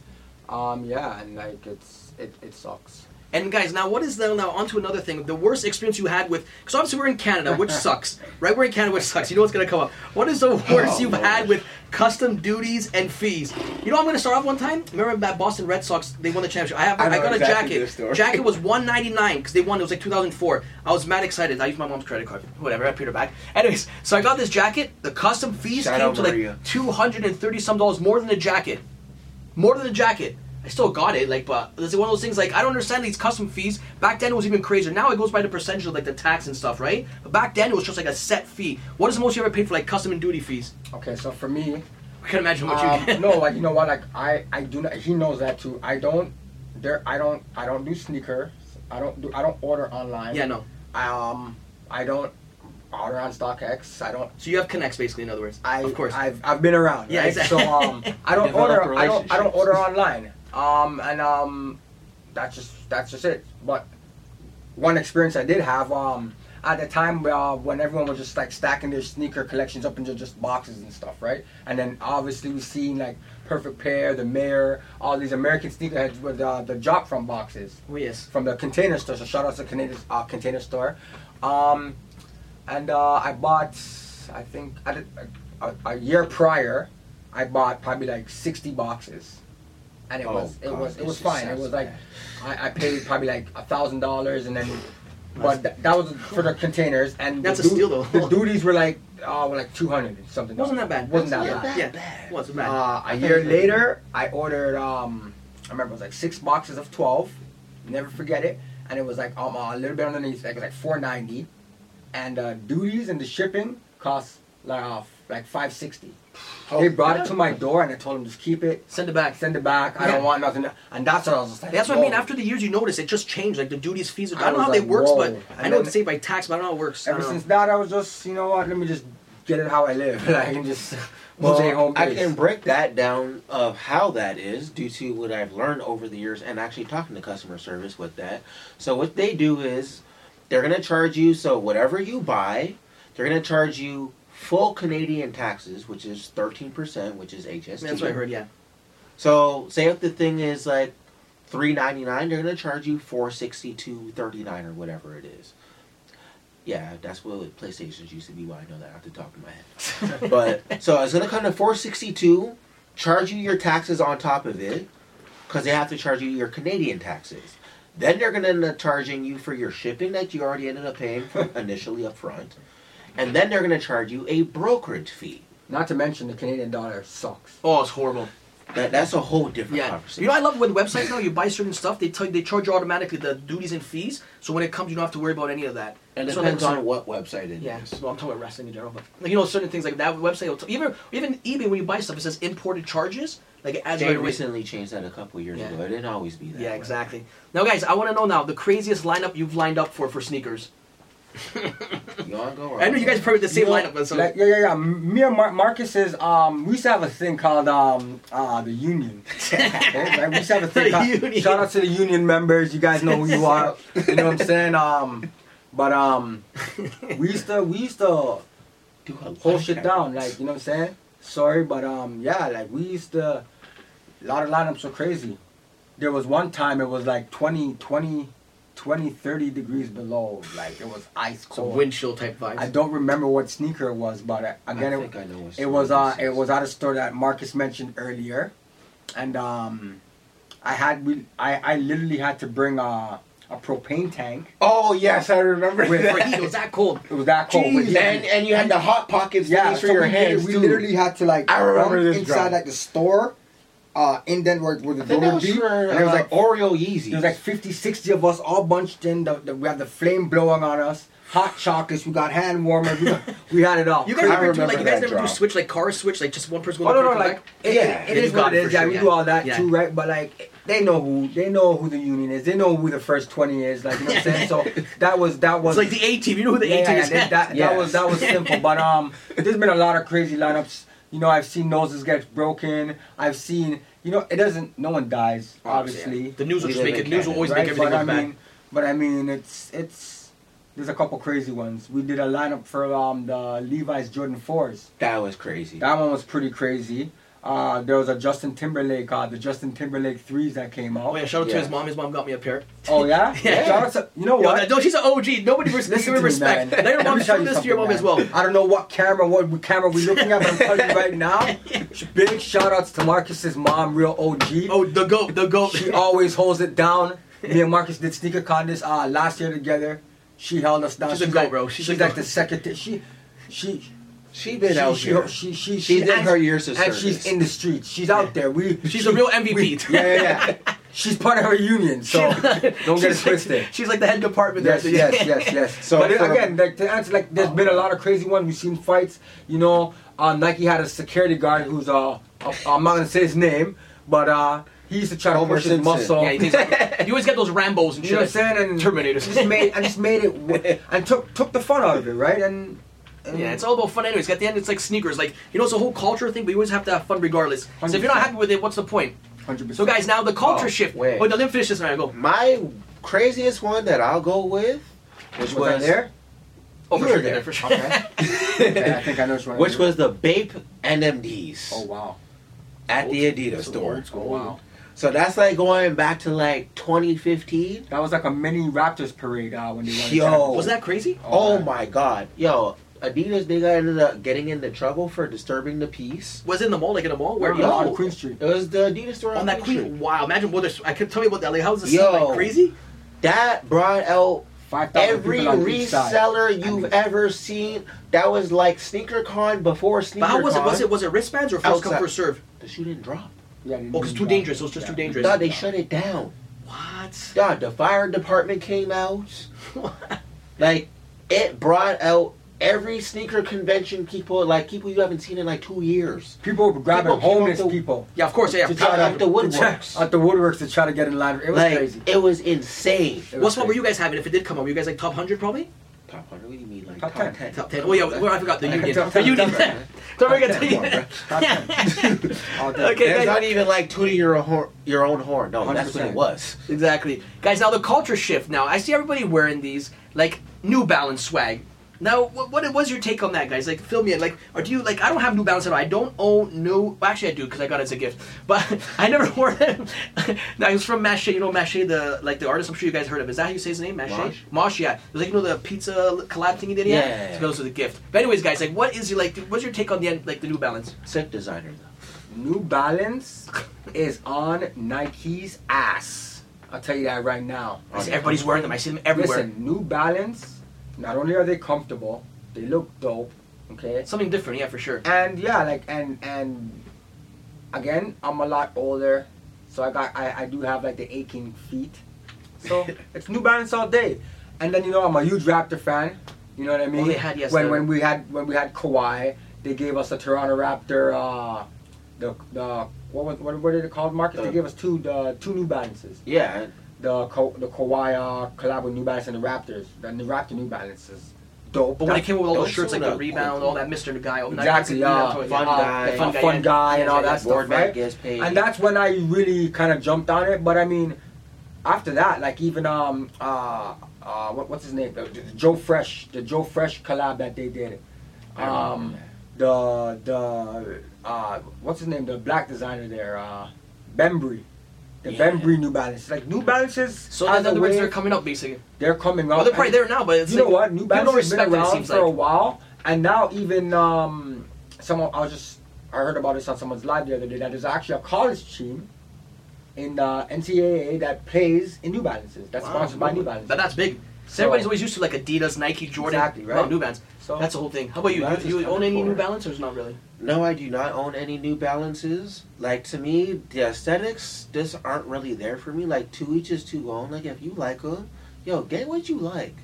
S5: Um, yeah, and like it's it, it sucks.
S4: And guys, now what is the now onto another thing? The worst experience you had with because obviously we're in Canada,
S6: [LAUGHS]
S4: which sucks, right? We're in Canada, which sucks. You know what's gonna come up? What is the worst
S6: Oh,
S4: you've
S6: Lord.
S4: had with custom duties and fees? You know, I'm gonna start off one time. Remember that Boston Red Sox? They won the championship. I have I,
S6: I know
S4: got
S6: exactly
S4: a
S6: this
S4: jacket.
S6: story.
S4: Jacket was 199 because they won. It was like 2004. I was mad excited. I used my mom's credit card. Whatever. I paid her back. Anyways, so I got this jacket. The custom fees
S6: Shout
S4: came
S6: out
S4: to
S6: Maria.
S4: like 230 some dollars more than the jacket more than a jacket. I still got it, like, but it's one of those things. Like, I don't understand these custom fees. Back then, it was even crazier. Now it goes by the percentage of like the tax and stuff, right? But back then, it was just like a set fee. What is the most you ever paid for like custom and duty fees?
S5: Okay, so for me,
S4: I can imagine what you
S5: um,
S4: get.
S5: no, like you know what? Like I I do not. He knows that too. I don't. There I don't I don't do sneakers. I don't do I don't order
S4: [LAUGHS]
S5: online.
S4: yeah, no.
S5: I, um, I don't order on StockX. I don't.
S4: So you have connects, basically. In other words,
S5: I
S4: of course.
S5: I've, I've been around.
S4: Yeah,
S5: right?
S4: exactly.
S5: So
S4: [LAUGHS]
S5: um, I don't
S6: Develop
S5: order. I don't. I don't
S6: relationships.
S5: order online. Um, and um, that's just that's just it. But one experience I did have um at the time uh, when everyone was just like stacking their sneaker collections up into just boxes and stuff, right? And then obviously we seen like Perfect Pair, the Mayor, all these American sneakerheads with uh, the drop from boxes
S4: oh yes.
S5: from the container store. So shout out to container uh, container store. Um, and uh, I bought, I think, I did, a, a year prior, I bought probably like sixty boxes, and it
S6: Oh,
S5: was it
S6: God,
S5: was it
S6: this
S5: was
S6: just
S5: fine. It
S6: sounds
S5: was like
S6: bad.
S5: I, I paid probably like a thousand dollars, and then. But that, that was for the containers, and
S4: That's
S5: the
S4: a steal, though.
S5: The duties were like, uh, were like two hundred and something.
S4: Wasn't
S5: dollars.
S4: that bad?
S5: Wasn't that
S6: That's not
S5: bad?
S6: bad.
S4: yeah.
S6: bad.
S4: Wasn't bad.
S5: Uh, a
S6: I
S5: year
S6: thought it was like-
S5: later, I ordered. Um, I remember it was like six boxes of twelve. Never forget it. And it was like um, a little bit underneath. Like it was like four ninety, and uh, duties and the shipping cost like uh, like five sixty.
S6: Oh.
S5: they brought it to my door, and I told them just keep it,
S4: Send it back.
S5: send it back. I
S4: Yeah.
S5: don't want nothing. And that's what I was just like.
S4: That's what I mean.
S5: whoa.
S4: After the years, you notice it just changed. Like the duties, fees. I,
S5: I
S4: don't know how
S5: was
S4: they
S5: like,
S4: works,
S5: whoa.
S4: but I
S5: And
S4: know
S5: then-
S4: it's saved by tax, but I don't know how it works. I
S5: ever
S4: don't know.
S5: since that, I was just you know what? Let me just get it how I live. [LAUGHS] like and just [LAUGHS]
S6: Well,
S5: stay home
S6: I
S5: base.
S6: can break that down of how that is due to what I've learned over the years and actually talking to customer service with that. So what they do is they're gonna charge you so whatever you buy, they're gonna charge you full Canadian taxes, which is thirteen percent, which is HST.
S4: That's what I heard. Yeah.
S6: So say if the thing is like three ninety nine, they're gonna charge you four sixty two thirty nine or whatever it is. Yeah, that's what PlayStations used to be. Why I know that off the top of
S4: [LAUGHS]
S6: my head. but so it's gonna come to four sixty two, charge you your taxes on top of it, because they have to charge you your Canadian taxes. Then they're gonna end up charging you for your shipping that you already ended up paying
S4: [LAUGHS]
S6: for initially up front, and then they're gonna charge you a brokerage fee.
S5: Not to mention the Canadian dollar sucks.
S4: Oh, it's horrible.
S6: That, that's a whole different
S4: Yeah,
S6: conversation.
S4: you know I love with websites now. You buy certain stuff, they tell you, they charge you automatically the duties and fees. So when it comes, you don't have to worry about any of that.
S6: And it
S4: So,
S6: depends
S4: like,
S6: on what website it is.
S4: Yeah, so I'm talking about wrestling in general, but like, you know certain things like that website. Will t- even even eBay when you buy stuff, it says imported charges. Like it adds
S6: They
S4: right away.
S6: recently changed that a couple years
S4: Yeah.
S6: ago. It didn't always be that.
S4: Yeah,
S6: way.
S4: exactly. Now, guys, I want to know now the craziest lineup you've lined up for for sneakers.
S6: You wanna go or
S4: I know you guys probably the same
S5: You know,
S4: lineup, but so
S5: like, yeah, yeah, yeah. M- Me and Mar- Marcus is um, we used to have a thing called um, uh,
S4: [LAUGHS]
S5: the union. Okay? Like, we used to have a
S4: The
S5: thing. Called,
S4: union.
S5: Shout out to the union members. You guys know who you are. you know what I'm saying? Um, but um, we used to we used to
S6: do a
S5: hold
S6: live
S5: shit
S6: camera.
S5: down. Like you know what I'm saying? Sorry, but um, yeah, like we used to. A lot of lineups were crazy. There was one time it was like 20, 20, 20, 30 degrees below. Like it was ice
S4: some
S5: cold.
S4: wind chill type vibes.
S5: I don't remember what sneaker it was, but uh, again,
S6: I
S5: it,
S6: think I know what
S5: it was uh,
S6: this
S5: it
S6: is.
S5: was at a store that Marcus mentioned earlier, and um, I had we I, I literally had to bring a a propane tank.
S6: Oh yes, I remember
S5: Wait, [LAUGHS]
S4: For
S6: that.
S5: wait,
S4: heat, it was that cold.
S5: It was that cold. but yeah,
S6: and and you had the hot pockets
S5: yeah,
S6: things for
S5: so
S6: your
S5: we,
S6: hands
S5: we
S6: too.
S5: literally had to like
S6: I remember
S5: dump
S6: this
S5: inside
S6: drum.
S5: like the store, uh, in then where, where the
S6: I
S5: door
S6: think that
S5: would
S6: was
S5: be,
S6: for,
S5: and it was
S6: uh,
S5: like
S6: Oreo Yeezys.
S5: There was like 50, 60 of us all bunched in. The, the, we had the flame blowing on us. Hot chocolates. We got hand warmers. We, got, we had it all.
S4: You guys
S6: I
S4: ever do like
S6: remember
S4: you guys
S6: that
S4: never do
S6: drop.
S4: switch like car switch like just one person
S5: Oh
S4: going
S5: no,
S4: to the
S5: no,
S4: car and
S5: like
S4: back?
S5: it,
S6: Yeah,
S5: it
S4: yeah,
S5: is
S4: you got
S5: what
S4: it
S5: it
S4: for
S5: is. Yeah,
S4: sure,
S5: we
S4: yeah.
S5: do all that
S4: Yeah.
S5: too, right? But like they know who they know who the union is. They know who the first twenty is. Like you know what
S4: [LAUGHS]
S5: I'm saying? So that was that was
S4: It's like the A team. You know who the
S5: yeah,
S4: A
S5: yeah,
S4: team is?
S5: yeah, that, that,
S6: Yes.
S5: was that was simple. But um, there's been a lot of crazy lineups. You know, I've seen noses get broken. I've seen you know, it doesn't. No one dies,
S6: Obviously,
S5: obviously.
S4: Oh, The news will
S6: We
S4: just
S6: live
S4: make it.
S6: in
S4: News will
S6: Canada,
S4: always
S5: right?
S4: make everything
S5: but I
S4: look bad.
S5: mean, but I mean, it's it's. There's a couple crazy ones. We did a lineup for um the Levi's Jordan fours.
S6: That was [LAUGHS] crazy.
S5: That one was pretty crazy. Uh, there was a Justin Timberlake, uh, the Justin Timberlake threes that came
S4: [LAUGHS]
S5: out.
S4: Oh yeah, shout out to
S6: Yeah.
S4: his mom. His mom got me a pair.
S5: Oh yeah,
S4: [LAUGHS] Yeah.
S5: Shout out to- you know
S4: Yo,
S5: what?
S4: that- no, she's an OG. Nobody res-
S5: Listen
S4: give her
S5: to me,
S4: respect.
S5: man.
S4: Now your
S5: Let
S4: mom
S5: me tell you
S4: this to your mom as
S5: something,
S4: well.
S5: man. I don't know what camera, what camera we're looking at, but I'm telling you
S4: [LAUGHS]
S5: right now. Big shout outs to Marcus's mom, real OG.
S4: Oh, the goat, the goat.
S5: She oh, always holds it down. Me and Marcus did sneaker con this uh, last year together. She held us down.
S4: She's a goat,
S5: like,
S4: bro. She's
S5: She's,
S4: a
S5: like
S4: goat.
S5: the secretary. She, she,
S6: She been out
S5: she,
S6: here.
S5: She, she, she,
S6: She did
S5: and-
S6: her years of
S5: and
S6: service.
S5: she's in the streets. She's out there. We.
S4: She's
S5: she-
S4: a real MVP. [LAUGHS]
S5: we- yeah, yeah, yeah. She's part of her union, so [LAUGHS] don't get it
S4: she's like-
S5: twisted.
S4: she's like the head department there.
S5: Yes, yes, yes, yes.
S6: So
S5: So but it-
S6: for-
S5: again, like to answer, like there's been a lot of crazy ones. We've seen fights. You know, uh, Nike had a security guard who's uh, uh, I'm not gonna say his name, but uh, he used to try to
S6: Homer
S5: push his
S6: Simpson.
S4: [LAUGHS]
S5: muscle.
S4: Yeah, he's like, you always get those Rambo's and shit.
S5: you know what I'm saying? And
S4: Terminators.
S5: I just made, I just made it w- and took took the fun out of it, right? And,
S4: [LAUGHS]
S5: and
S4: Yeah, it's all about fun anyways. At the end, it's like sneakers. Like, you know, it's a whole culture thing, but you always have to have fun regardless. So if you're not
S5: 100%.
S4: happy with it, what's the point?
S5: 100%.
S4: So guys, now the culture
S6: Oh,
S4: shift.
S6: wait.
S4: Oh, no, let me finish this and I go.
S6: My craziest one that I'll go with, which
S5: was I
S6: was
S5: there?
S4: Oh,
S6: You
S4: for
S6: were
S4: sure,
S6: there.
S4: there, for sure. [LAUGHS]
S5: Okay. okay, [LAUGHS] I think I know which one.
S6: [LAUGHS] which
S5: it is.
S6: was the Bape NMDs
S5: Oh wow.
S6: at the Adidas
S4: It's
S6: store.
S4: old
S5: Oh
S4: school.
S5: wow.
S6: So that's like going back to like 2015.
S5: That was like a mini Raptors parade uh, when they won. the
S6: Yo.
S5: championship.
S4: Wasn't that crazy?
S6: Oh,
S5: man.
S6: my god, yo, Adidas they got ended up getting into trouble for disturbing the peace.
S4: Was it in the mall, like in a mall? Where
S5: Where
S4: you
S5: on
S6: Yo.
S5: Queen Street.
S6: It was the Adidas store
S4: on that
S6: Queen
S4: queen.
S6: Street.
S4: Wow, imagine what there's. I could tell you about that. Like, how's this
S6: Yo.
S4: like crazy?
S6: That brought out
S5: Five thousand
S6: every
S5: people on each side.
S6: reseller
S5: I
S6: you've
S5: mean-
S6: ever seen. That was like Sneaker Con before Sneaker
S4: But how was it?
S6: Con.
S4: Was it was it wristbands or first come
S6: Outside.
S4: first serve?
S6: The shoe didn't drop.
S5: Yeah, they
S4: Oh, 'cause
S5: didn't
S4: too
S5: do
S4: dangerous.
S5: that.
S4: It was just
S5: Yeah.
S4: too dangerous.
S6: Dog, they shut it down.
S4: What?
S6: Dog, the fire department
S4: [LAUGHS]
S6: came out. Like, it brought out every sneaker convention people, like people you haven't seen in like two years.
S5: People were grabbing
S6: People came
S5: homeless
S6: up the-
S5: people
S4: Yeah, of course. Yeah.
S5: to
S4: Pat-
S5: try to,
S6: out the woodworks.
S5: to try- out the woodworks to try to get in line. It was
S6: like,
S5: crazy.
S6: it was insane.
S5: It was
S4: What's what were
S5: crazy.
S4: you guys having if it did come out? Were you guys like top hundred probably?
S6: Top 100, what do you mean? Like,
S5: Top
S6: top,
S5: 10.
S6: 10.
S4: Top ten. Oh yeah, well, I
S5: [LAUGHS]
S4: forgot the
S5: Top
S4: union.
S5: 10,
S4: The union.
S5: top 10.
S4: [LAUGHS] Don't forget
S5: Top
S4: the
S5: 10,
S4: union. [LAUGHS]
S5: Top
S4: Yeah.
S5: All day.
S4: Okay.
S6: There's
S4: guys.
S6: not even like tooting your, horn, your own horn. No, that's what it
S5: 100%.
S6: was.
S4: Exactly. Guys, now the culture shift now. I see everybody wearing these, like, New Balance swag. Now, what, what was your take on that, guys? Like, fill me in. Like, or do you, like, I don't have New Balance at all. I don't own New, well, actually I do because I got it as a gift. [LAUGHS] But I never [LAUGHS] wore them. now, he's from Mache, you know Mache, the, like, the artist I'm sure you guys heard of. Is that how you say his name? Mache?
S6: Mosh?
S4: Mosh, yeah. It was like, you know, the pizza collab thing he did?
S6: Yeah, yeah, yeah.
S4: So goes with a gift. But anyways, guys, like, what is your, like, what's your take on the, like, the New Balance?
S6: Sick designer, though.
S5: New Balance is on Nike's ass. I'll tell you that right now.
S4: I see everybody's wearing them. I see them everywhere.
S5: Listen, New Balance. Not only are they comfortable, they look dope. Okay.
S4: Something different, yeah, for sure.
S5: and yeah like and and again i'm a lot older so i got i, I do have like the aching feet
S4: [LAUGHS]
S5: so it's new balance all day and then you know i'm a huge raptor fan you know what i mean
S4: they had, yes,
S5: when
S4: the-
S5: when we had when we had Kawhi, they gave us a toronto raptor uh the the what was what were they called market
S6: The-
S5: they gave us two the two new balances
S6: Yeah,
S5: the Ka- the Kawhi uh, collab with new balance and the raptors the new raptor new balances dope
S4: But when it
S5: That's-
S4: came with all those
S6: those
S4: shirts, like
S6: sold
S4: the
S6: out
S4: rebound, all that Mr. Guy, all that-
S5: Exactly,
S4: that's-
S5: yeah.
S4: that's what-
S6: Fun
S4: yeah.
S6: guy.
S4: The
S5: a fun
S4: yeah.
S5: guy and
S4: Yeah,
S5: all
S4: yeah,
S5: that
S4: yeah.
S5: stuff,
S6: board
S5: right?
S6: back gets paid.
S5: And that's when I really kind of jumped on it. But I mean, after that, like even um uh uh what, what's his name? The- the Joe Fresh, the Joe Fresh collab that they did. Um, the the uh what's his name? The black designer there, uh, Bembry. The
S6: Yeah.
S5: Bembry New Balance, like New Balances.
S4: So
S5: as
S4: in other
S5: a
S4: words,
S5: way,
S4: they're coming up basically.
S5: they're coming out.
S4: Well, they're probably there
S5: and-
S4: now, but it's
S5: you
S4: like,
S5: know what? New
S4: people
S5: Balance
S4: don't
S5: has been
S4: respect it, it
S5: around
S4: seems
S5: for
S4: like.
S5: a while, and now even um, someone I was just I heard about this on someone's live the other day that there's actually a college team in uh, the NCAA that plays in New Balances that's
S4: Wow.
S5: sponsored by New Balances.
S4: But that's big. So
S5: So-
S4: everybody's always used to like Adidas, Nike, Jordan,
S5: Exactly, right?
S4: wow, New Balance.
S5: so
S4: That's the whole thing. How about
S6: New
S4: you?
S6: Balance
S4: Do you
S6: is
S4: own
S6: coming
S4: any New
S6: forward.
S4: Balance or not really?
S6: No, I do not own any New Balances. Like to me, the aesthetics just aren't really there for me. Like two each is too own. Like if you like them, yo, get what you like.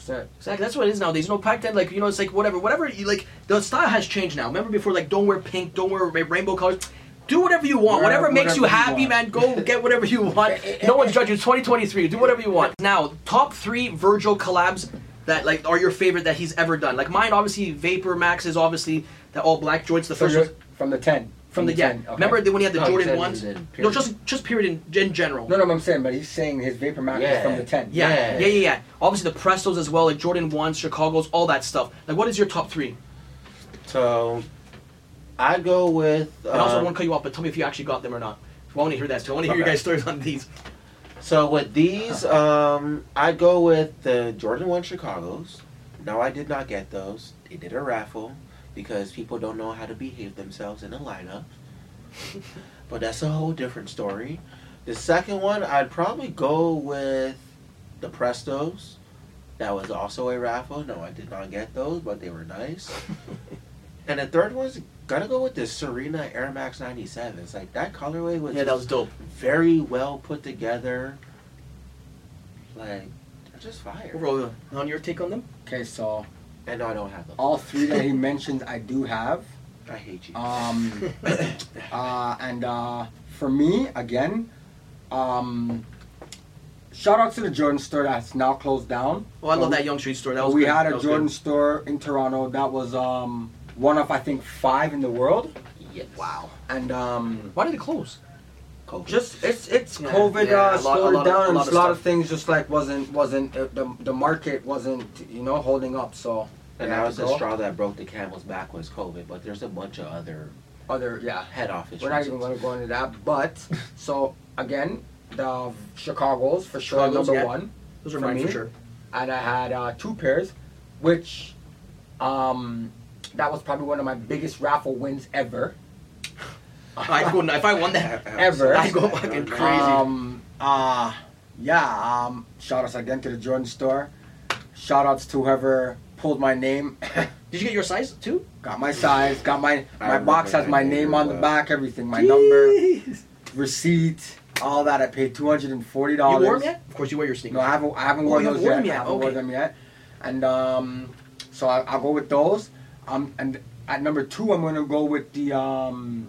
S5: 100%.
S4: Exactly. That's what it is nowadays. You know, back then, like you know, it's like whatever, whatever. You, like the style has changed now. Remember before, like don't wear pink, don't wear ra- rainbow colors. Do whatever you want.
S5: Wear
S4: Whatever, makes you
S5: whatever you
S4: happy,
S5: want.
S4: man. Go get whatever you want. No one's judging. It's 2023. Do whatever you want. Now, top three Virgil collabs that like are your favorite that he's ever done. Like mine, obviously, Vapor Max is obviously the all black joints. The
S5: So
S4: first
S5: you're
S4: one.
S5: from the ten.
S4: From the yeah.
S5: He's in- okay.
S4: Remember the, when he had the
S6: No, he said
S4: Jordan
S6: he
S4: ones?
S6: did,
S4: No,
S6: period.
S4: just just period in, in general.
S5: No, no, but I'm saying, but he's saying his Vapor Max is
S6: Yeah.
S5: from the 10.
S4: Yeah. yeah,
S6: Yeah.
S4: yeah, yeah, Obviously the Prestos as well, like Jordan ones, Chicago's, all that stuff. Like, what is your top three?
S6: So I go with.
S4: And also, I
S5: Uh,
S6: um,
S4: won't cut you off, but tell me if you actually got them or not. I want to hear that too. I want to hear your
S6: Okay.
S4: guys' stories on these.
S6: So with these, um, I go with the Jordan One Chicago's. No, I did not get those. They did a raffle because people don't know how to behave themselves in a lineup. but that's a whole different story. The second one, I'd probably go with the Prestos. That was also a raffle. No, I did not get those, but they were nice. and the third one's gotta go with the Serena Air Max 97s. Like that colorway was
S4: Yeah, that
S6: just
S4: was dope.
S6: very well put together. Like they're just fire.
S4: Overall, on your take on them?
S5: Okay, so
S6: And no, I don't have them.
S4: Um,
S5: all three that he mentions, I do have.
S6: I hate you. [COUGHS]
S5: Um, uh, and uh, for me, again, um, shout out to the Jordan store that's now closed down.
S4: Oh, I love
S5: Well,
S4: that Young Street store. That was
S5: we
S4: good.
S5: had
S4: That
S5: a
S4: was
S5: Jordan
S4: good.
S5: store in Toronto that was um, one of, I think, five in the world.
S6: yes.
S5: And um,
S4: Why did it close?
S6: COVID.
S5: just it's it's
S4: Yeah,
S5: COVID
S4: yeah,
S5: uh,
S4: a lot- a
S5: slowed
S4: lot
S5: it
S4: of-
S5: down,
S4: a
S5: and
S4: lot
S5: just
S4: of
S5: a lot of
S4: stuff.
S5: things just like wasn't wasn't uh, the the market wasn't you know holding up. So
S6: and
S5: they
S6: that
S5: had
S6: was
S5: to
S6: the
S5: go.
S6: straw that broke the camel's back was COVID. But there's a bunch of other
S5: Other yeah,
S6: head office.
S5: We're not even
S6: reasons. Uh,
S5: going to go into that. But so again, the Chicago's for sure
S4: Chicago's,
S5: number
S4: yeah.
S5: one,
S4: Those are
S5: For
S4: mine for
S5: me?
S4: sure.
S5: and I had uh, two pairs, which um, that was probably one of my biggest raffle wins ever.
S4: I go, if I won
S6: uh,
S4: that,
S5: [LAUGHS] Ever.
S4: I go fucking crazy. Ah.
S5: Um, uh, yeah. Um, shout outs again to the Jordan store. Shout outs to whoever pulled my name. [LAUGHS]
S4: Did you get your size too?
S5: got my size. Got my
S6: I
S5: my box
S6: remember
S5: has
S6: that
S5: my
S6: name
S5: name on the
S6: well.
S5: back. Everything. My number,
S4: Jeez.
S5: receipt, all that. I paid two hundred and forty
S4: You
S5: dollars.
S4: wore them yet? Of course, you wear your sneakers.
S5: No, I haven't. I haven't
S4: Oh,
S5: worn
S4: you
S5: those
S4: haven't worn
S5: yet.
S4: them yet.
S5: I haven't worn
S4: Okay.
S5: them yet. And um, so I, I'll go with those. Um, and at number two, I'm gonna go with the um,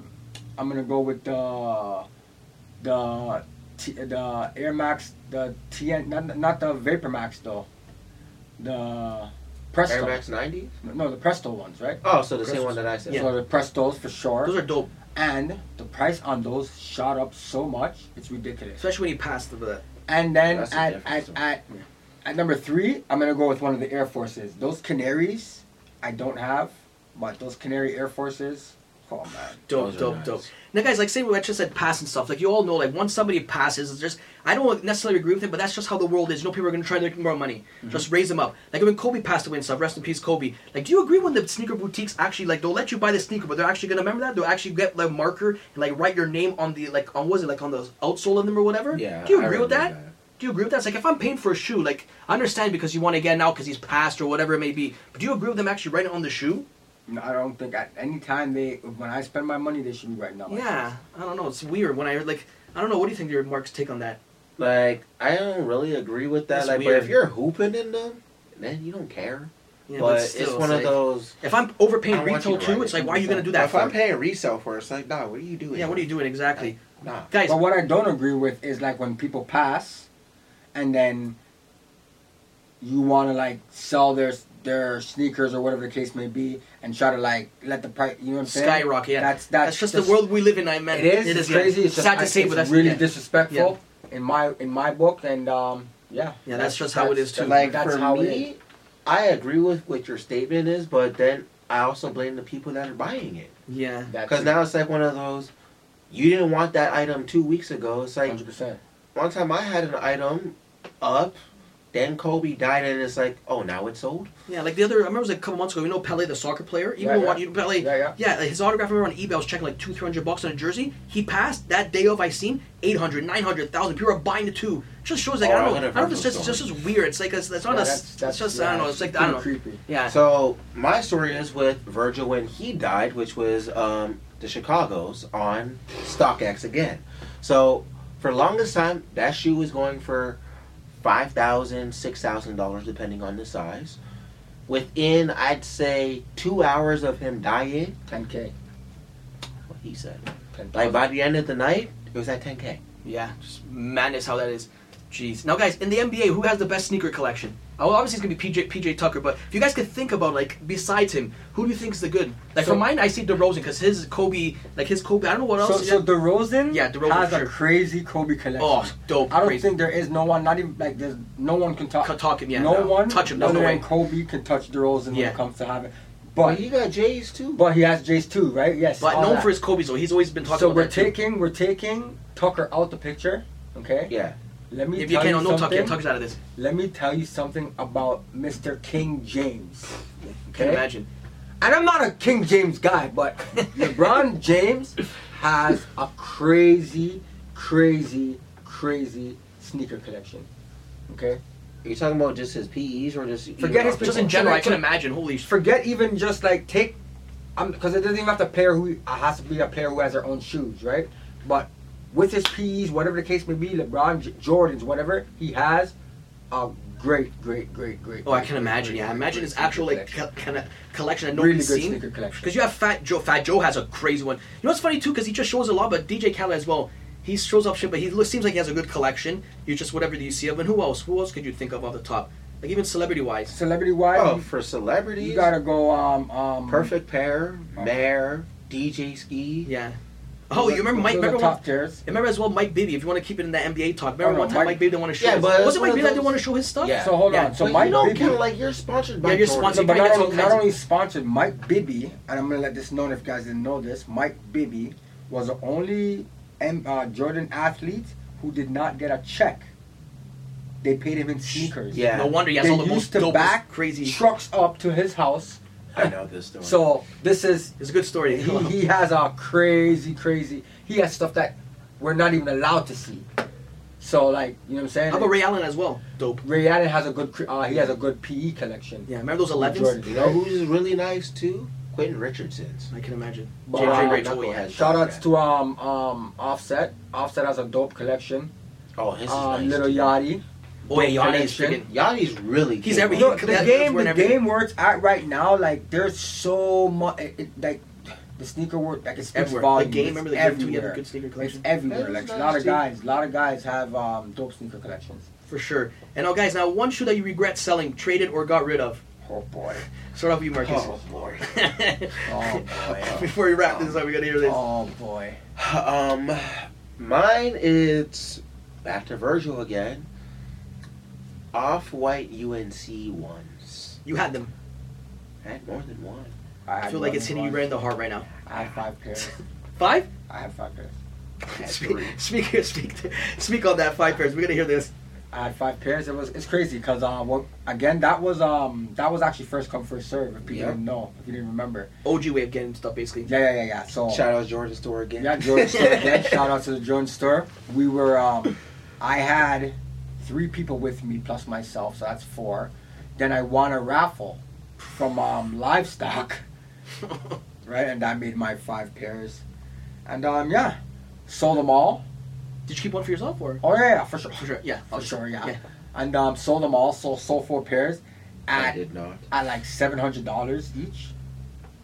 S5: I'm gonna go with the the T, the Air Max, the TN, not, not the Vapor Max though. The Presto.
S6: Air Max 90.
S5: No, the Presto ones, right?
S6: Oh, so the same
S5: Christmas.
S6: one that I said.
S5: So the Prestos for sure.
S4: Those are dope,
S5: and the price on those shot up so much, it's ridiculous.
S4: especially when you pass the. the
S5: And then
S6: That's the
S5: at,
S6: difference,
S5: at,
S6: though.
S5: at, at number three, I'm going to go with one of the Air Forces. Those Canaries, I don't have, but those Canary Air Forces, oh man.
S4: Dope,
S6: Those are
S4: dope,
S6: nice.
S4: dope. Now, guys, like say what I just said, pass and stuff. Like you all know, like once somebody passes, it's just I don't necessarily agree with it, but that's just how the world is. You know, people are gonna try to make more money.
S6: Mm-hmm.
S4: Just raise them up. Like when Kobe passed away and stuff. Rest in peace, Kobe. Like, do you agree when the sneaker boutiques actually like they'll let you buy the sneaker, but they're actually gonna remember that they'll actually get like marker and like write your name on the like on what was it like on the outsole of them or whatever?
S6: Yeah,
S4: Do you
S6: I
S4: agree with
S6: remember
S4: that?
S6: that.
S4: Do you agree with that? It's like if I'm paying for a shoe, like I understand because you want to get it now because he's passed or whatever it may be. But do you agree with them actually writing on the shoe?
S5: No, I don't think at any time they, when I spend my money, they should be right now.
S4: Yeah, I don't know. It's weird when I like. I don't know. What do you think your Mark's take on that?
S6: Like I don't really agree with that.
S4: That's
S6: like, but
S4: weird.
S6: if you're hooping in them, then you don't care.
S4: Yeah,
S6: but,
S4: still,
S6: it's one of
S4: like-
S6: those.
S4: If I'm
S6: I
S4: overpaying
S6: want
S4: retail
S6: you to
S4: too,
S6: write
S4: it's
S6: it.
S4: like, why are you gonna do
S6: But
S4: that
S6: If I'm
S4: for?
S6: paying resale for, it, it's like, nah. What are you doing?
S4: Yeah, what are you doing exactly,
S6: Nah.
S4: guys?
S5: But what I don't agree with is like when people pass and then you want to like sell their their sneakers or whatever the case may be and try to like let the price, you know what I'm saying?
S4: Skyrocket. Yeah,
S5: That's, that's,
S4: just, the world we live in. I meant
S5: It is. it's
S4: yeah.
S5: crazy. It's, just,
S4: sad to
S5: it's
S4: say, but that's
S5: really
S4: yeah.
S5: disrespectful in my in my book. And um, yeah,
S4: Yeah, that's just how it is, too.
S5: Like
S6: like
S5: that's
S6: for
S5: how
S6: me,
S5: it
S6: I agree with what your statement is, but then I also blame the people that are buying it
S4: yeah.
S5: is.
S6: because now it's like one of those. You didn't want that item two weeks ago. It's like
S5: hundred percent.
S6: one time I had an item up, then Kobe died, and it's like, oh, now it's sold.
S4: Yeah, like the other, I remember it was like a couple months ago. You know Pele, the soccer player. Even
S5: Yeah,
S4: though
S5: yeah.
S4: you Pele,
S5: Yeah, yeah.
S4: like his autograph. I remember on eBay, I was checking like two, three hundred bucks on a jersey. He passed that day of. I seen 800, 900,000. People are buying the two. Just shows like
S6: Oh,
S4: I
S6: I
S4: don't know.
S6: wouldn't
S4: I
S6: have
S4: don't know.
S6: heard
S4: It's
S6: those
S4: just, just, just weird. It's like it's, it's not
S5: Yeah,
S4: a.
S5: that's- that's-
S4: it's just I
S5: yeah,
S4: don't know. It's like I don't know.
S5: pretty creepy. [LAUGHS]
S4: Yeah.
S6: So my story is with Virgil when he died, which was um, the Chicago's on StockX again. So for longest time, that shoe was going for five thousand, six thousand dollars, depending on the size. Within, I'd say two hours of him dying,
S5: Ten k.
S6: what he said, like by the end of the night, it was at ten k.
S4: Yeah, just madness how that is. Jeez. Now, guys, in the NBA, who has the best sneaker collection? Uh, Well, obviously it's gonna be PJ PJ Tucker, but if you guys could think about like besides him, who do you think is the good? Like
S5: So-
S4: for mine, I see DeRozan because his Kobe, like his Kobe. I don't know what
S5: So,
S4: else.
S5: so DeRozan,
S4: Yeah, DeRozan
S5: has
S4: for
S5: a
S4: sure.
S5: crazy Kobe collection.
S4: oh, dope!
S5: I don't
S4: crazy.
S5: think there is no one, not even like there's no one can touch.
S4: Can talk him, yeah,
S5: no,
S4: no.
S5: one
S4: Touch him, no,
S5: Other
S4: no
S5: than
S4: way.
S5: Kobe can touch DeRozan when
S4: Yeah.
S5: it comes to having.
S6: But
S5: But
S6: he got J's too.
S5: but he has Jace too, right? Yes.
S4: But
S5: all
S4: known
S5: that.
S4: for his Kobe, so he's always been talking
S5: So
S4: about
S5: we're
S4: that too.
S5: taking we're taking Tucker out the picture. Okay.
S6: yeah.
S5: Let me
S4: If you
S5: tell
S4: can,
S5: you
S4: no Tucker.
S5: something.
S4: Yeah, Tucker's out of this.
S5: Let me tell you something about Mr. King James.
S4: Can
S5: Okay.
S4: you imagine.
S5: And I'm not a King James guy,
S4: [LAUGHS]
S5: but LeBron James has a crazy, crazy, crazy sneaker collection. Okay?
S6: Are you talking about just his PEs or just
S5: Forget his
S4: Just
S5: So,
S4: in general,
S5: so
S4: I can
S5: like-
S4: imagine. Holy sh!
S5: Forget even just like take, because it doesn't even have to player who it has to be a player who has their own shoes, right? But with his PEs, whatever the case may be, LeBron J- Jordans, whatever he has, a great, great, great, great.
S4: Oh, I
S5: great,
S4: can
S5: great,
S4: imagine.
S5: great,
S4: Yeah,
S5: great,
S4: imagine
S5: great
S4: his actual
S5: sneaker
S4: like
S5: collection.
S4: co- kind of collection that
S5: really good
S4: nobody's seen.
S5: sneaker collection.
S4: Because you have Fat Joe. Fat Joe has a crazy one. You know what's funny too? Because he just shows a lot, but DJ Khaled as well. He shows up shit, but he lo- seems like he has a good collection. You just whatever you see of, and who else? Who else could you think of off the top? Like even celebrity wise.
S5: Celebrity wise,
S6: Oh, for celebrities,
S5: you gotta go. Um, um,
S6: perfect pair,
S5: Oh.
S6: Mare, DJ Ski.
S4: Yeah. Oh, you remember Mike?
S5: Those are
S4: Remember
S5: top
S4: one,
S5: tiers.
S4: Remember as well Mike Bibby. If you want to keep it in the NBA talk, remember
S5: Oh, no,
S4: one time Mike,
S5: Mike-
S4: Bibby didn't want to show.
S6: Yeah,
S4: his,
S6: but it's
S4: was it Mike
S6: one of
S4: Bibby that didn't
S6: those-
S4: want to show his stuff?
S6: Yeah.
S5: So hold
S4: Yeah,
S5: on. So
S6: So
S5: Mike
S6: you don't
S5: Bibby.
S6: get like you're sponsored by.
S4: Yeah, you're
S6: Jordan.
S4: sponsored
S5: but
S4: Mike
S5: not
S4: has all
S5: only,
S4: kinds
S5: not
S4: of-
S5: only sponsored, Mike Bibby, and I'm gonna let this known if you guys didn't know this. Mike Bibby was the only M, uh, Jordan athlete who did not get a check. They paid him in sneakers.
S6: Yeah,
S4: No wonder he
S5: they
S4: has all the most
S5: used to
S4: dope,
S5: back
S4: crazy.
S5: trucks up to his house.
S6: I know this story.
S5: So this is
S4: It's a good story.
S5: he, he has a crazy, crazy. He has stuff that we're not even allowed to see. So like you know what I'm saying?
S4: How about Ray Allen as well? Dope.
S5: Ray Allen has a good. cr- Uh, he has a good PE collection.
S4: Yeah, remember those
S5: Jordan,
S4: 11s?
S6: you know who's really nice too? Quentin Richardson's.
S4: I can imagine.
S5: But,
S4: JJ
S5: uh,
S4: Ray Toy, yeah.
S6: Knucklehead.
S5: Shout outs to um um Offset. Offset has a dope collection.
S6: Oh, his is
S5: Um,
S6: nice.
S5: Little
S6: too.
S5: Yachty.
S4: Oh yeah, Giannis is
S5: connection.
S4: freaking.
S6: Yachty's really.
S4: He's
S6: good.
S4: every-
S5: You know,
S4: he-
S5: the
S4: that-
S5: game,
S4: that's
S5: the
S4: where
S5: game where it's at right now, like there's so much, it, it- like the sneaker word, like it speaks
S4: Everywhere. The
S5: volumes.
S4: game, remember the
S5: it's
S4: game too? Yeah, the
S5: everywhere.
S4: good sneaker
S5: It's
S4: collection.
S5: everywhere.
S6: That's
S5: Like a
S6: nice
S5: lot of
S6: too.
S5: guys, a lot of guys have um dope sneaker collections.
S4: For sure. And now, guys, now one shoe that you regret selling, traded, or got rid of.
S5: Oh boy.
S4: Start off with you, Marcus. [LAUGHS]
S6: Oh boy.
S5: Oh boy.
S4: Before we wrap this up, we gotta hear this.
S5: oh boy.
S6: Um, mine is back to Virgil again. Off-white UNC ones.
S4: You had them.
S6: I had more than one.
S4: [LAUGHS] I
S5: Oh, had
S4: feel like
S5: one
S4: it's hitting you
S5: once.
S4: right in the heart right now.
S5: I have five
S4: [LAUGHS]
S5: pairs.
S4: Five?
S5: I have five pairs.
S4: Speak, speak, [LAUGHS] speak, speak on that five pairs. We gotta hear this.
S5: I had five pairs. It was it's crazy because uh, what again? That was um that was actually first come first serve. If people
S6: Yeah.
S5: didn't know, if you didn't remember.
S4: OG way of getting stuff, basically.
S5: Yeah, yeah, yeah, yeah. So
S6: Shout out Jordan Store again.
S5: Oh. yeah, Jordan
S6: [LAUGHS]
S5: store again. Shout out to the Jordan store. We were um, I had three people with me plus myself, so that's four. Then I won a raffle from um livestock,
S6: [LAUGHS]
S5: right? And I made my five pairs, and um yeah, sold them all.
S4: Did you keep one for yourself or?
S5: Oh yeah, yeah for sure,
S4: For Oh, sure. Yeah.
S5: for sure, yeah.
S4: Yeah.
S5: And um sold them all. So sold four pairs.
S6: I
S5: At
S6: did not.
S5: at like seven hundred dollars each.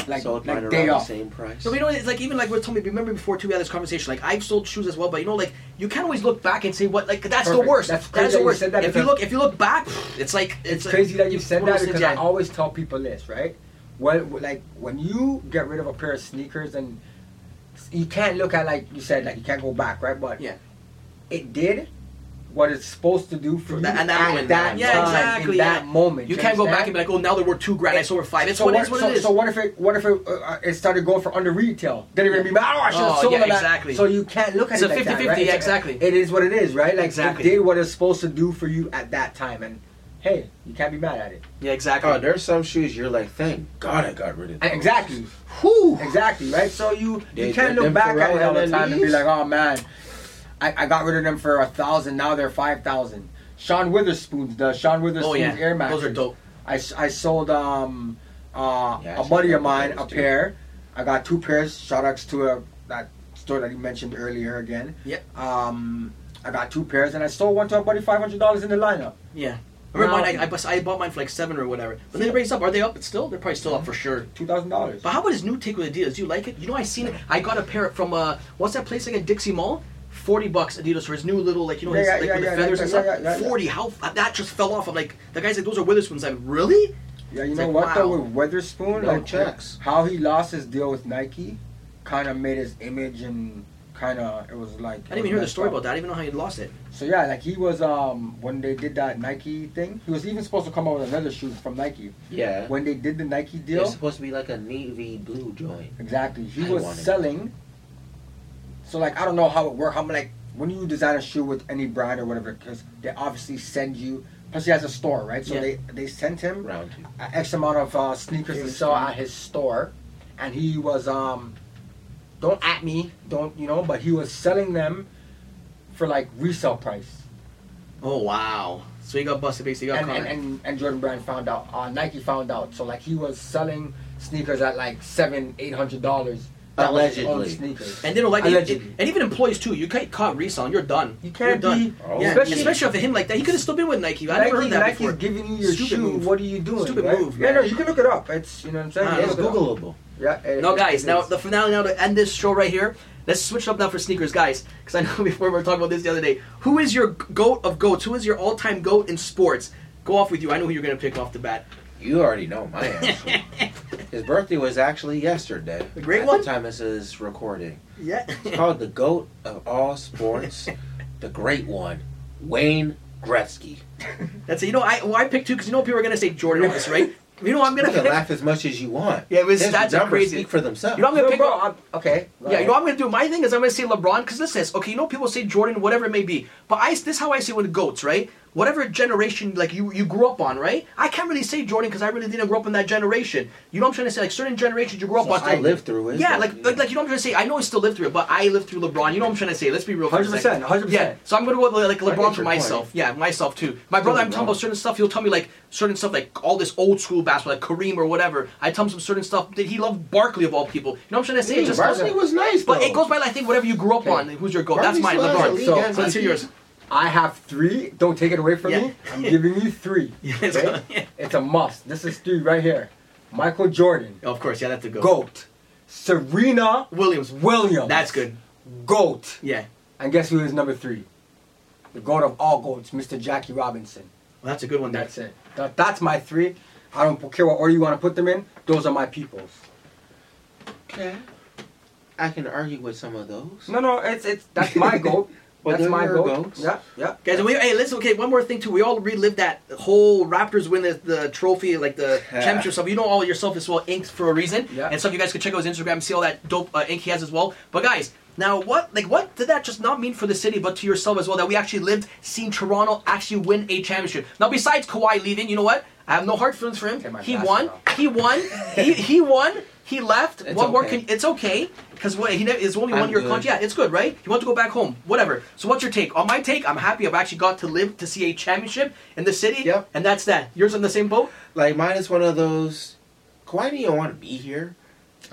S5: Like,
S6: Sold mine
S5: like
S6: around
S5: day
S6: the
S5: off.
S6: same price.
S4: So you know, it's like even like we're telling me. Remember before too, we had this conversation. Like I've sold shoes as well, but you know, like you can't always look back and say what. Like that's the
S5: Perfect.
S4: worst.
S5: That's
S4: That's
S5: crazy that
S4: the
S5: you
S4: worst.
S5: said that
S4: if you
S5: because-
S4: look, if you look back, it's like
S5: It's
S4: like-
S5: crazy that you
S4: it's
S5: said
S4: one of
S5: that
S4: those
S5: because
S4: things,
S5: I always tell people this, right? Well, like when you get rid of a pair of sneakers and you can't look at like you said, like you can't go back, right? But
S4: Yeah.
S5: it did what it's supposed to do for
S4: For
S5: you
S4: that- and that
S5: at
S4: moment.
S5: that
S4: Yeah,
S5: time,
S4: exactly,
S5: in that
S4: yeah.
S5: moment.
S4: You can't go back and
S5: understand?
S4: be like, oh, now they're worth two grand. I sold for five. It's
S5: so
S4: what
S5: what,
S4: it is. What
S5: so,
S4: it is.
S5: so what if it what if it, uh, uh, it started going for under retail? Then it would be oh I should have
S4: Oh,
S5: sold
S4: yeah,
S5: it at-"
S4: exactly.
S5: So you can't look at
S4: It's
S5: it
S4: a
S5: like that,
S4: 50-50,
S5: right? It's-
S4: exactly.
S5: It is what it is, right? Like
S4: Exactly.
S5: it did what it's supposed to do for you at that time, and hey, you can't be mad at it.
S4: yeah, exactly.
S6: Oh, there's some shoes you're like, thank God I got rid of.
S5: And
S6: those.
S5: exactly,
S6: Whew.
S5: exactly, right? So you you
S6: They-
S5: can't
S6: them
S5: look back at
S6: Pharrell
S5: it all the
S6: and
S5: time and be
S6: these?
S5: like, oh man, I, I got rid of them for a thousand. Now they're five thousand. Sean Witherspoon's does Sean Witherspoon's
S4: oh yeah,
S5: Air Max.
S4: those are dope.
S5: I, s- I sold um uh,
S6: Yeah, I
S5: a buddy of
S6: sold
S5: mine a
S6: those too.
S5: pair. I got two pairs. Shout outs to a, that store that you mentioned earlier again.
S4: Yep.
S5: Um, I got two pairs and I sold one to a buddy five hundred dollars in the lineup.
S4: Yeah. I remember
S5: Now-
S4: mine, I, I, bus- I bought mine for like seven or whatever. But then it brings up. Are they up? It's still. They're probably still up for sure.
S5: Two thousand dollars.
S4: But how about his new take with Adidas? Do you like it? You know, I seen it. I got a pair from uh, what's that place again? Dixie Mall. Forty bucks Adidas for his new little like you know
S5: Yeah,
S4: his,
S5: yeah,
S4: like
S5: yeah,
S4: with
S5: yeah,
S4: the feathers
S5: yeah,
S4: and
S5: yeah,
S4: stuff.
S5: yeah, yeah, yeah.
S4: Forty, how that just fell off. I'm like the guy's like those are Witherspoons. I'm really.
S5: Yeah, you
S4: It's
S5: know
S4: like,
S5: what though
S4: wow.
S5: with Witherspoon,
S6: No
S5: like
S6: checks.
S5: how he lost his deal with Nike, kind of made his image and kind of it was like
S4: I didn't even hear the story about that. I didn't even know how he lost it.
S5: So yeah, like he was um when they did that Nike thing, he was even supposed to come out with another shoe from Nike.
S6: Yeah.
S5: When they did the Nike deal,
S6: It's supposed to be like a navy blue joint.
S5: exactly, he
S6: I
S5: was
S6: wanted-
S5: selling. So like I don't know how it worked. How am like when you design a shoe with any brand or whatever, because they obviously send you. Plus he has a store, right? So
S4: Yeah.
S5: they they sent him
S6: Round two.
S5: a X amount of uh, sneakers to
S6: His
S5: sell
S6: store.
S5: at his store, and he was um, don't at me, don't you know, but he was selling them for like resale price,
S4: Oh wow! So he got busted. Basically, he got
S5: and,
S4: caught.
S5: and, and and Jordan Brand found out, uh, Nike found out, so like he was selling sneakers at like seven, eight hundred dollars.
S6: Allegedly.
S5: sneakers.
S4: And they don't like it.
S5: Allegedly.
S4: And even employees too. You get caught reselling, you're done.
S5: You can't
S4: you're done.
S5: be-
S6: Oh.
S4: yeah,
S5: especially-
S4: especially, for him like that. He could have still been with Nike. I never heard that
S5: Nike's
S4: before.
S5: giving you your
S4: Stupid
S5: shoe.
S4: move.
S5: What are you doing?
S4: Stupid
S5: right?
S4: move,
S5: Yeah,
S4: man.
S5: no, you can look it up. It's you know what I'm saying.
S4: Ah,
S5: You
S6: It's
S5: can look it up.
S6: Googleable.
S5: Yeah. it-
S4: No,
S5: it-
S4: guys,
S5: it
S4: now
S5: is.
S4: the finale now to end this show right here. Let's switch it up now for sneakers, guys, because I know [LAUGHS] before we were talking about this the other day. Who is your goat of goats? Who is your all-time goat in sports? Go off with you. I know who you're gonna pick off the bat.
S6: You already know
S4: [LAUGHS]
S6: my answer. his birthday was actually yesterday.
S4: The great
S6: at
S4: one?
S6: The time this is recording.
S4: Yeah.
S6: It's called the goat of
S4: [LAUGHS]
S6: all sports, the great one, Wayne Gretzky.
S4: That's it. You know, I well, I picked two because you know people are gonna say Jordan on this, right?
S6: [LAUGHS]
S4: You know, I'm
S6: You
S4: gonna
S6: can
S4: pick. [LAUGHS]
S6: laugh as much as you want.
S4: Yeah, but his stats are
S6: numbers
S4: crazy.
S6: speak for themselves.
S4: You know, I'm gonna
S5: No,
S4: pick.
S5: bro,
S4: up-
S5: I'm- okay.
S4: Yeah, you know what I'm gonna do? My thing is I'm gonna say LeBron because this is okay. You know, people say Jordan, whatever it may be, but I this is how I say with goats, right? Whatever generation like you you grew up on, right? I can't really say Jordan because I really didn't grow up in that generation. You know what I'm trying to say? Like certain generations you grew up
S6: So
S4: on.
S6: I lived through it.
S4: Yeah, like, like like you know what I'm trying to say. I know I still lived through it, but I lived through LeBron. You know what I'm trying to say? Let's be real. for a second.
S5: 100%, 100%.
S4: Yeah, so I'm gonna go with like
S6: get your
S4: LeBron for
S6: point.
S4: myself. Yeah, myself too. My brother, I'm talking
S6: wrong.
S4: about certain stuff. He'll tell me like certain stuff, like all this old school basketball, like Kareem or whatever. I tell him some certain stuff that he loved Barkley of all people. You know what I'm trying to say?
S6: Hey,
S4: It's just
S6: Barkley was nice,
S4: but
S6: though.
S4: it goes by like I think whatever you grew up on. Who's your goal? That's mine,
S6: Barkley Slice,
S4: LeBron. So,
S6: Elite MVP.
S4: let's hear yours.
S5: I have three. Don't take it away from
S4: Yeah. [LAUGHS]
S5: me. I'm giving you three.
S4: it's
S5: okay?
S4: gone. [LAUGHS] Yeah.
S5: It's a must. This is three right here. Michael Jordan,
S4: Of course, yeah, that's the goat.
S5: goat. Serena
S4: Williams.
S5: Williams,
S4: That's good.
S5: goat.
S4: Yeah,
S5: And guess who is number three? The goat of all goats, Mr. Jackie Robinson.
S4: well, that's a good one. That's
S5: That's it. That, that's my three. I don't care what order you want to put them in. Those are my peoples.
S6: okay. I can argue with some of those.
S5: No, no, it's it's
S4: [LAUGHS]
S5: that's my goat.
S6: But
S5: that's
S6: they're
S5: my
S6: your
S5: goat.
S6: goats.
S5: Yeah, yeah.
S4: Guys, and we, hey, listen, okay, one more thing too. We all relived that whole Raptors win the, the trophy, like the
S6: Yeah.
S4: championship stuff. You know all yourself as well, inked for a reason.
S5: Yeah.
S4: And stuff you guys could check out his Instagram and see all that dope uh, ink he has as well. But guys, now what like what did that just not mean for the city but to yourself as well that we actually lived seeing Toronto actually win a championship. Now besides Kawhi leaving, you know what? I have no hard feelings for him.
S5: Okay, my
S4: he,
S5: glasses
S4: won,
S5: off.
S4: he won. He he won. He left.
S6: [LAUGHS] It's
S4: what more
S6: okay.
S4: can it's okay because what he ne- is only
S6: I'm
S4: one year
S6: good.
S4: contract. Yeah, it's good, right? You want to go back home, whatever. So what's your take? On my take, I'm happy I've actually got to live to see a championship in the city.
S6: Yep.
S4: And that's that. Yours on the same boat?
S6: Like mine is one of those. Kawhi didn't want to be here.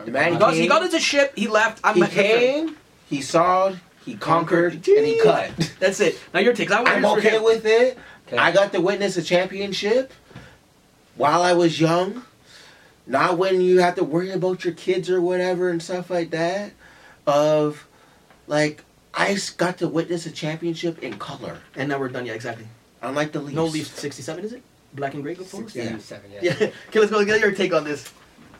S6: The man
S4: He got, he
S6: came,
S4: got into ship, he left. I'm
S6: he
S4: happy for him.
S6: came, he saw, he [LAUGHS] conquered, and he cut.
S4: That's it. Now your take. 'cause I want
S6: I'm
S4: yours for
S6: okay
S4: him.
S6: with it.
S5: Okay.
S6: I got to witness a championship while I was young. Not when you have to worry about your kids or whatever and stuff like that. Of like, I s- got to witness a championship in color,
S4: And now we're done. Yeah, exactly.
S6: unlike the Leafs.
S4: No Leafs 67, is it? Black and gray go forward?
S6: Yeah.
S5: 67,
S4: Yeah. [LAUGHS] Okay, let's go. Get your take on this.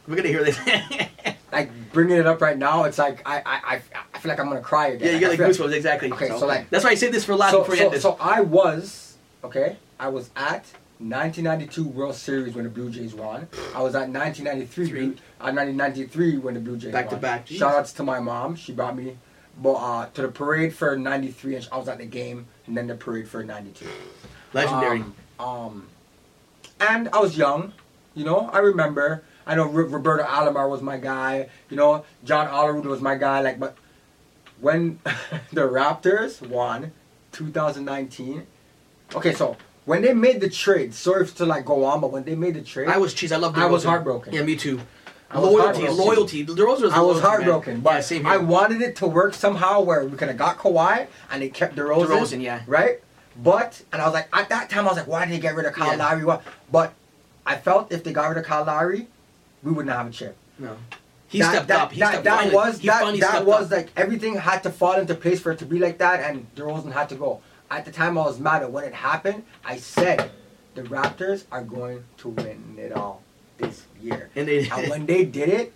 S4: We're gonna hear this. [LAUGHS]
S5: like bringing it up right now, it's like I I, I, I feel like I'm gonna cry again.
S4: yeah, you get
S5: I
S4: like
S5: feel
S4: goosebumps. Exactly.
S5: Okay, so, like-
S4: that's why I saved this for last
S5: so,
S4: before you
S5: so,
S4: end this.
S5: so I was okay. I was at 1992 World Series when the Blue Jays won. I was at 1993
S4: Three.
S5: at 1993 uh, when the Blue Jays
S4: Back to
S5: won.
S4: back, jeez.
S5: Shout outs to my mom. She brought me well, uh, to the parade for 93, and I was at the game, and then the parade for 92.
S4: Legendary.
S5: Um, um, and I was young, you know. I remember. I know Ro- Roberto Alomar was my guy. You know, John Olerud was my guy. Like, but when [LAUGHS] the Raptors won 2019, okay, so when they made the trade, sorry to like go on, but when they made the trade,
S4: I was cheese. I love.
S5: I was
S4: DeRozan.
S5: heartbroken.
S4: Yeah, me too.
S5: I was
S4: loyalty,
S5: heartbroken.
S4: loyalty. DeRozan was.
S5: I was
S4: loyalty, man.
S5: heartbroken, but
S4: yeah, same here.
S5: I wanted it to work somehow where we could have got Kawhi and they kept DeRozan,
S4: DeRozan, yeah.
S5: right? But and I was like, at that time, I was like, why did they get rid of Kyle
S4: Yeah.
S5: Lowry? What? But I felt if they got rid of Kyle Lowry, we wouldn't have a chip.
S4: no. He
S5: that,
S4: stepped
S5: that,
S4: up. He
S5: that,
S4: stepped
S5: that
S4: finally-
S5: was
S4: he
S5: that,
S4: finally
S5: that
S4: stepped
S5: was
S4: up.
S5: like everything had to fall into place for it to be like that, and DeRozan had to go. At the time, I was mad at when it happened. I said the Raptors are going to win it all this year.
S4: And they [LAUGHS]
S5: And when they did it,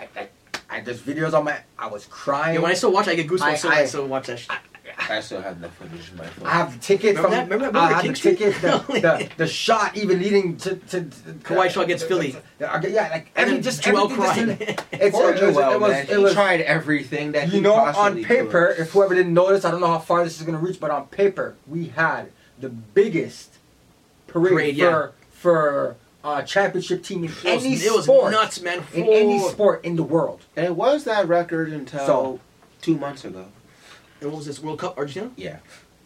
S5: I, I, I there's videos on my. I was crying.
S4: Yeah, when I still watch, I get goosebumps.
S5: I-
S4: so when I
S5: I-
S4: still watch that. Shit.
S6: I still have that footage in my phone.
S5: I have the ticket
S4: Remember
S5: from.
S4: that- remember that
S5: I
S4: Burger
S5: have
S4: King
S5: the
S4: street? [LAUGHS]
S5: ticket, the, the, the shot even leading to, to, to
S4: Kawhi Shaw gets
S5: the-
S4: Philly.
S5: the- the- yeah, like
S4: And
S5: every,
S4: then
S5: just
S4: Joel
S5: everything just in-
S4: crying.
S5: it's,
S6: Poor
S5: it, was,
S6: Joel,
S5: it was,
S6: man.
S5: it was
S6: he tried everything that
S5: you
S6: he
S5: know, on
S6: possibly
S5: paper,
S6: could.
S5: if whoever didn't notice, I don't know how far this is going to reach, but on paper, we had the biggest parade,
S4: Parade,
S5: for
S4: yeah.
S5: for uh, championship team in
S4: It was,
S5: any
S4: it was
S5: sport
S4: nuts, man.
S5: in any
S4: Whoa.
S5: sport in the world.
S6: And it was that record until
S5: So-
S6: two months ago.
S4: And what was this World Cup Argentina?
S6: Yeah.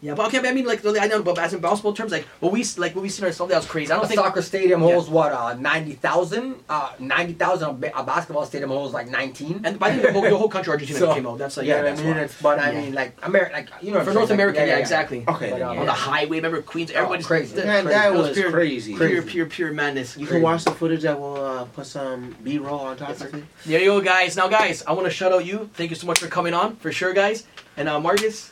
S4: Yeah, but okay, but I mean, like I know, but as in basketball terms, like what we like what we seen ourselves, that was crazy. I don't
S5: A
S4: think
S5: soccer stadium
S4: Yeah.
S5: holds what uh, ninety thousand. Uh, ninety thousand. A, ba- a basketball stadium holds like nineteen.
S4: And by the, the whole- the whole country Argentina
S5: So,
S4: came out. That's like
S5: yeah,
S4: that's
S5: I mean,
S4: why.
S5: it's, but I
S4: Yeah.
S5: mean, like America, like you know, what
S4: for
S5: I'm
S4: North
S5: saying, like,
S4: America, yeah, exactly.
S6: Okay.
S5: But,
S6: then,
S5: um,
S6: yeah.
S4: On the highway, remember Queens? Everybody's
S5: Oh, crazy.
S4: the-
S6: Man, uh, that
S4: it
S6: was
S4: pure,
S6: crazy.
S4: pure,
S5: Crazy.
S4: pure, pure madness.
S6: You
S5: Crazy.
S6: can watch the footage. I will uh, put some B-roll on top of it.
S4: There you go, guys. Now, guys, I want to shout out you. Thank you so much for coming on, for sure, guys. And uh, Marcus.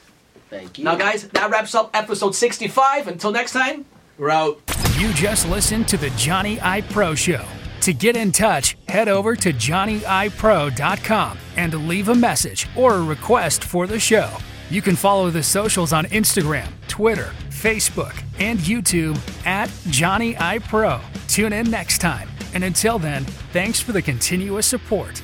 S6: Thank you.
S4: Now, guys, that wraps up episode 65. Until next time, we're out.
S2: You just listened to the Johnny I Pro Show. To get in touch, head over to johnnyipro.com and leave a message or a request for the show. You can follow the socials on Instagram, Twitter, Facebook, and YouTube at Johnny I Pro. Tune in next time. And until then, thanks for the continuous support.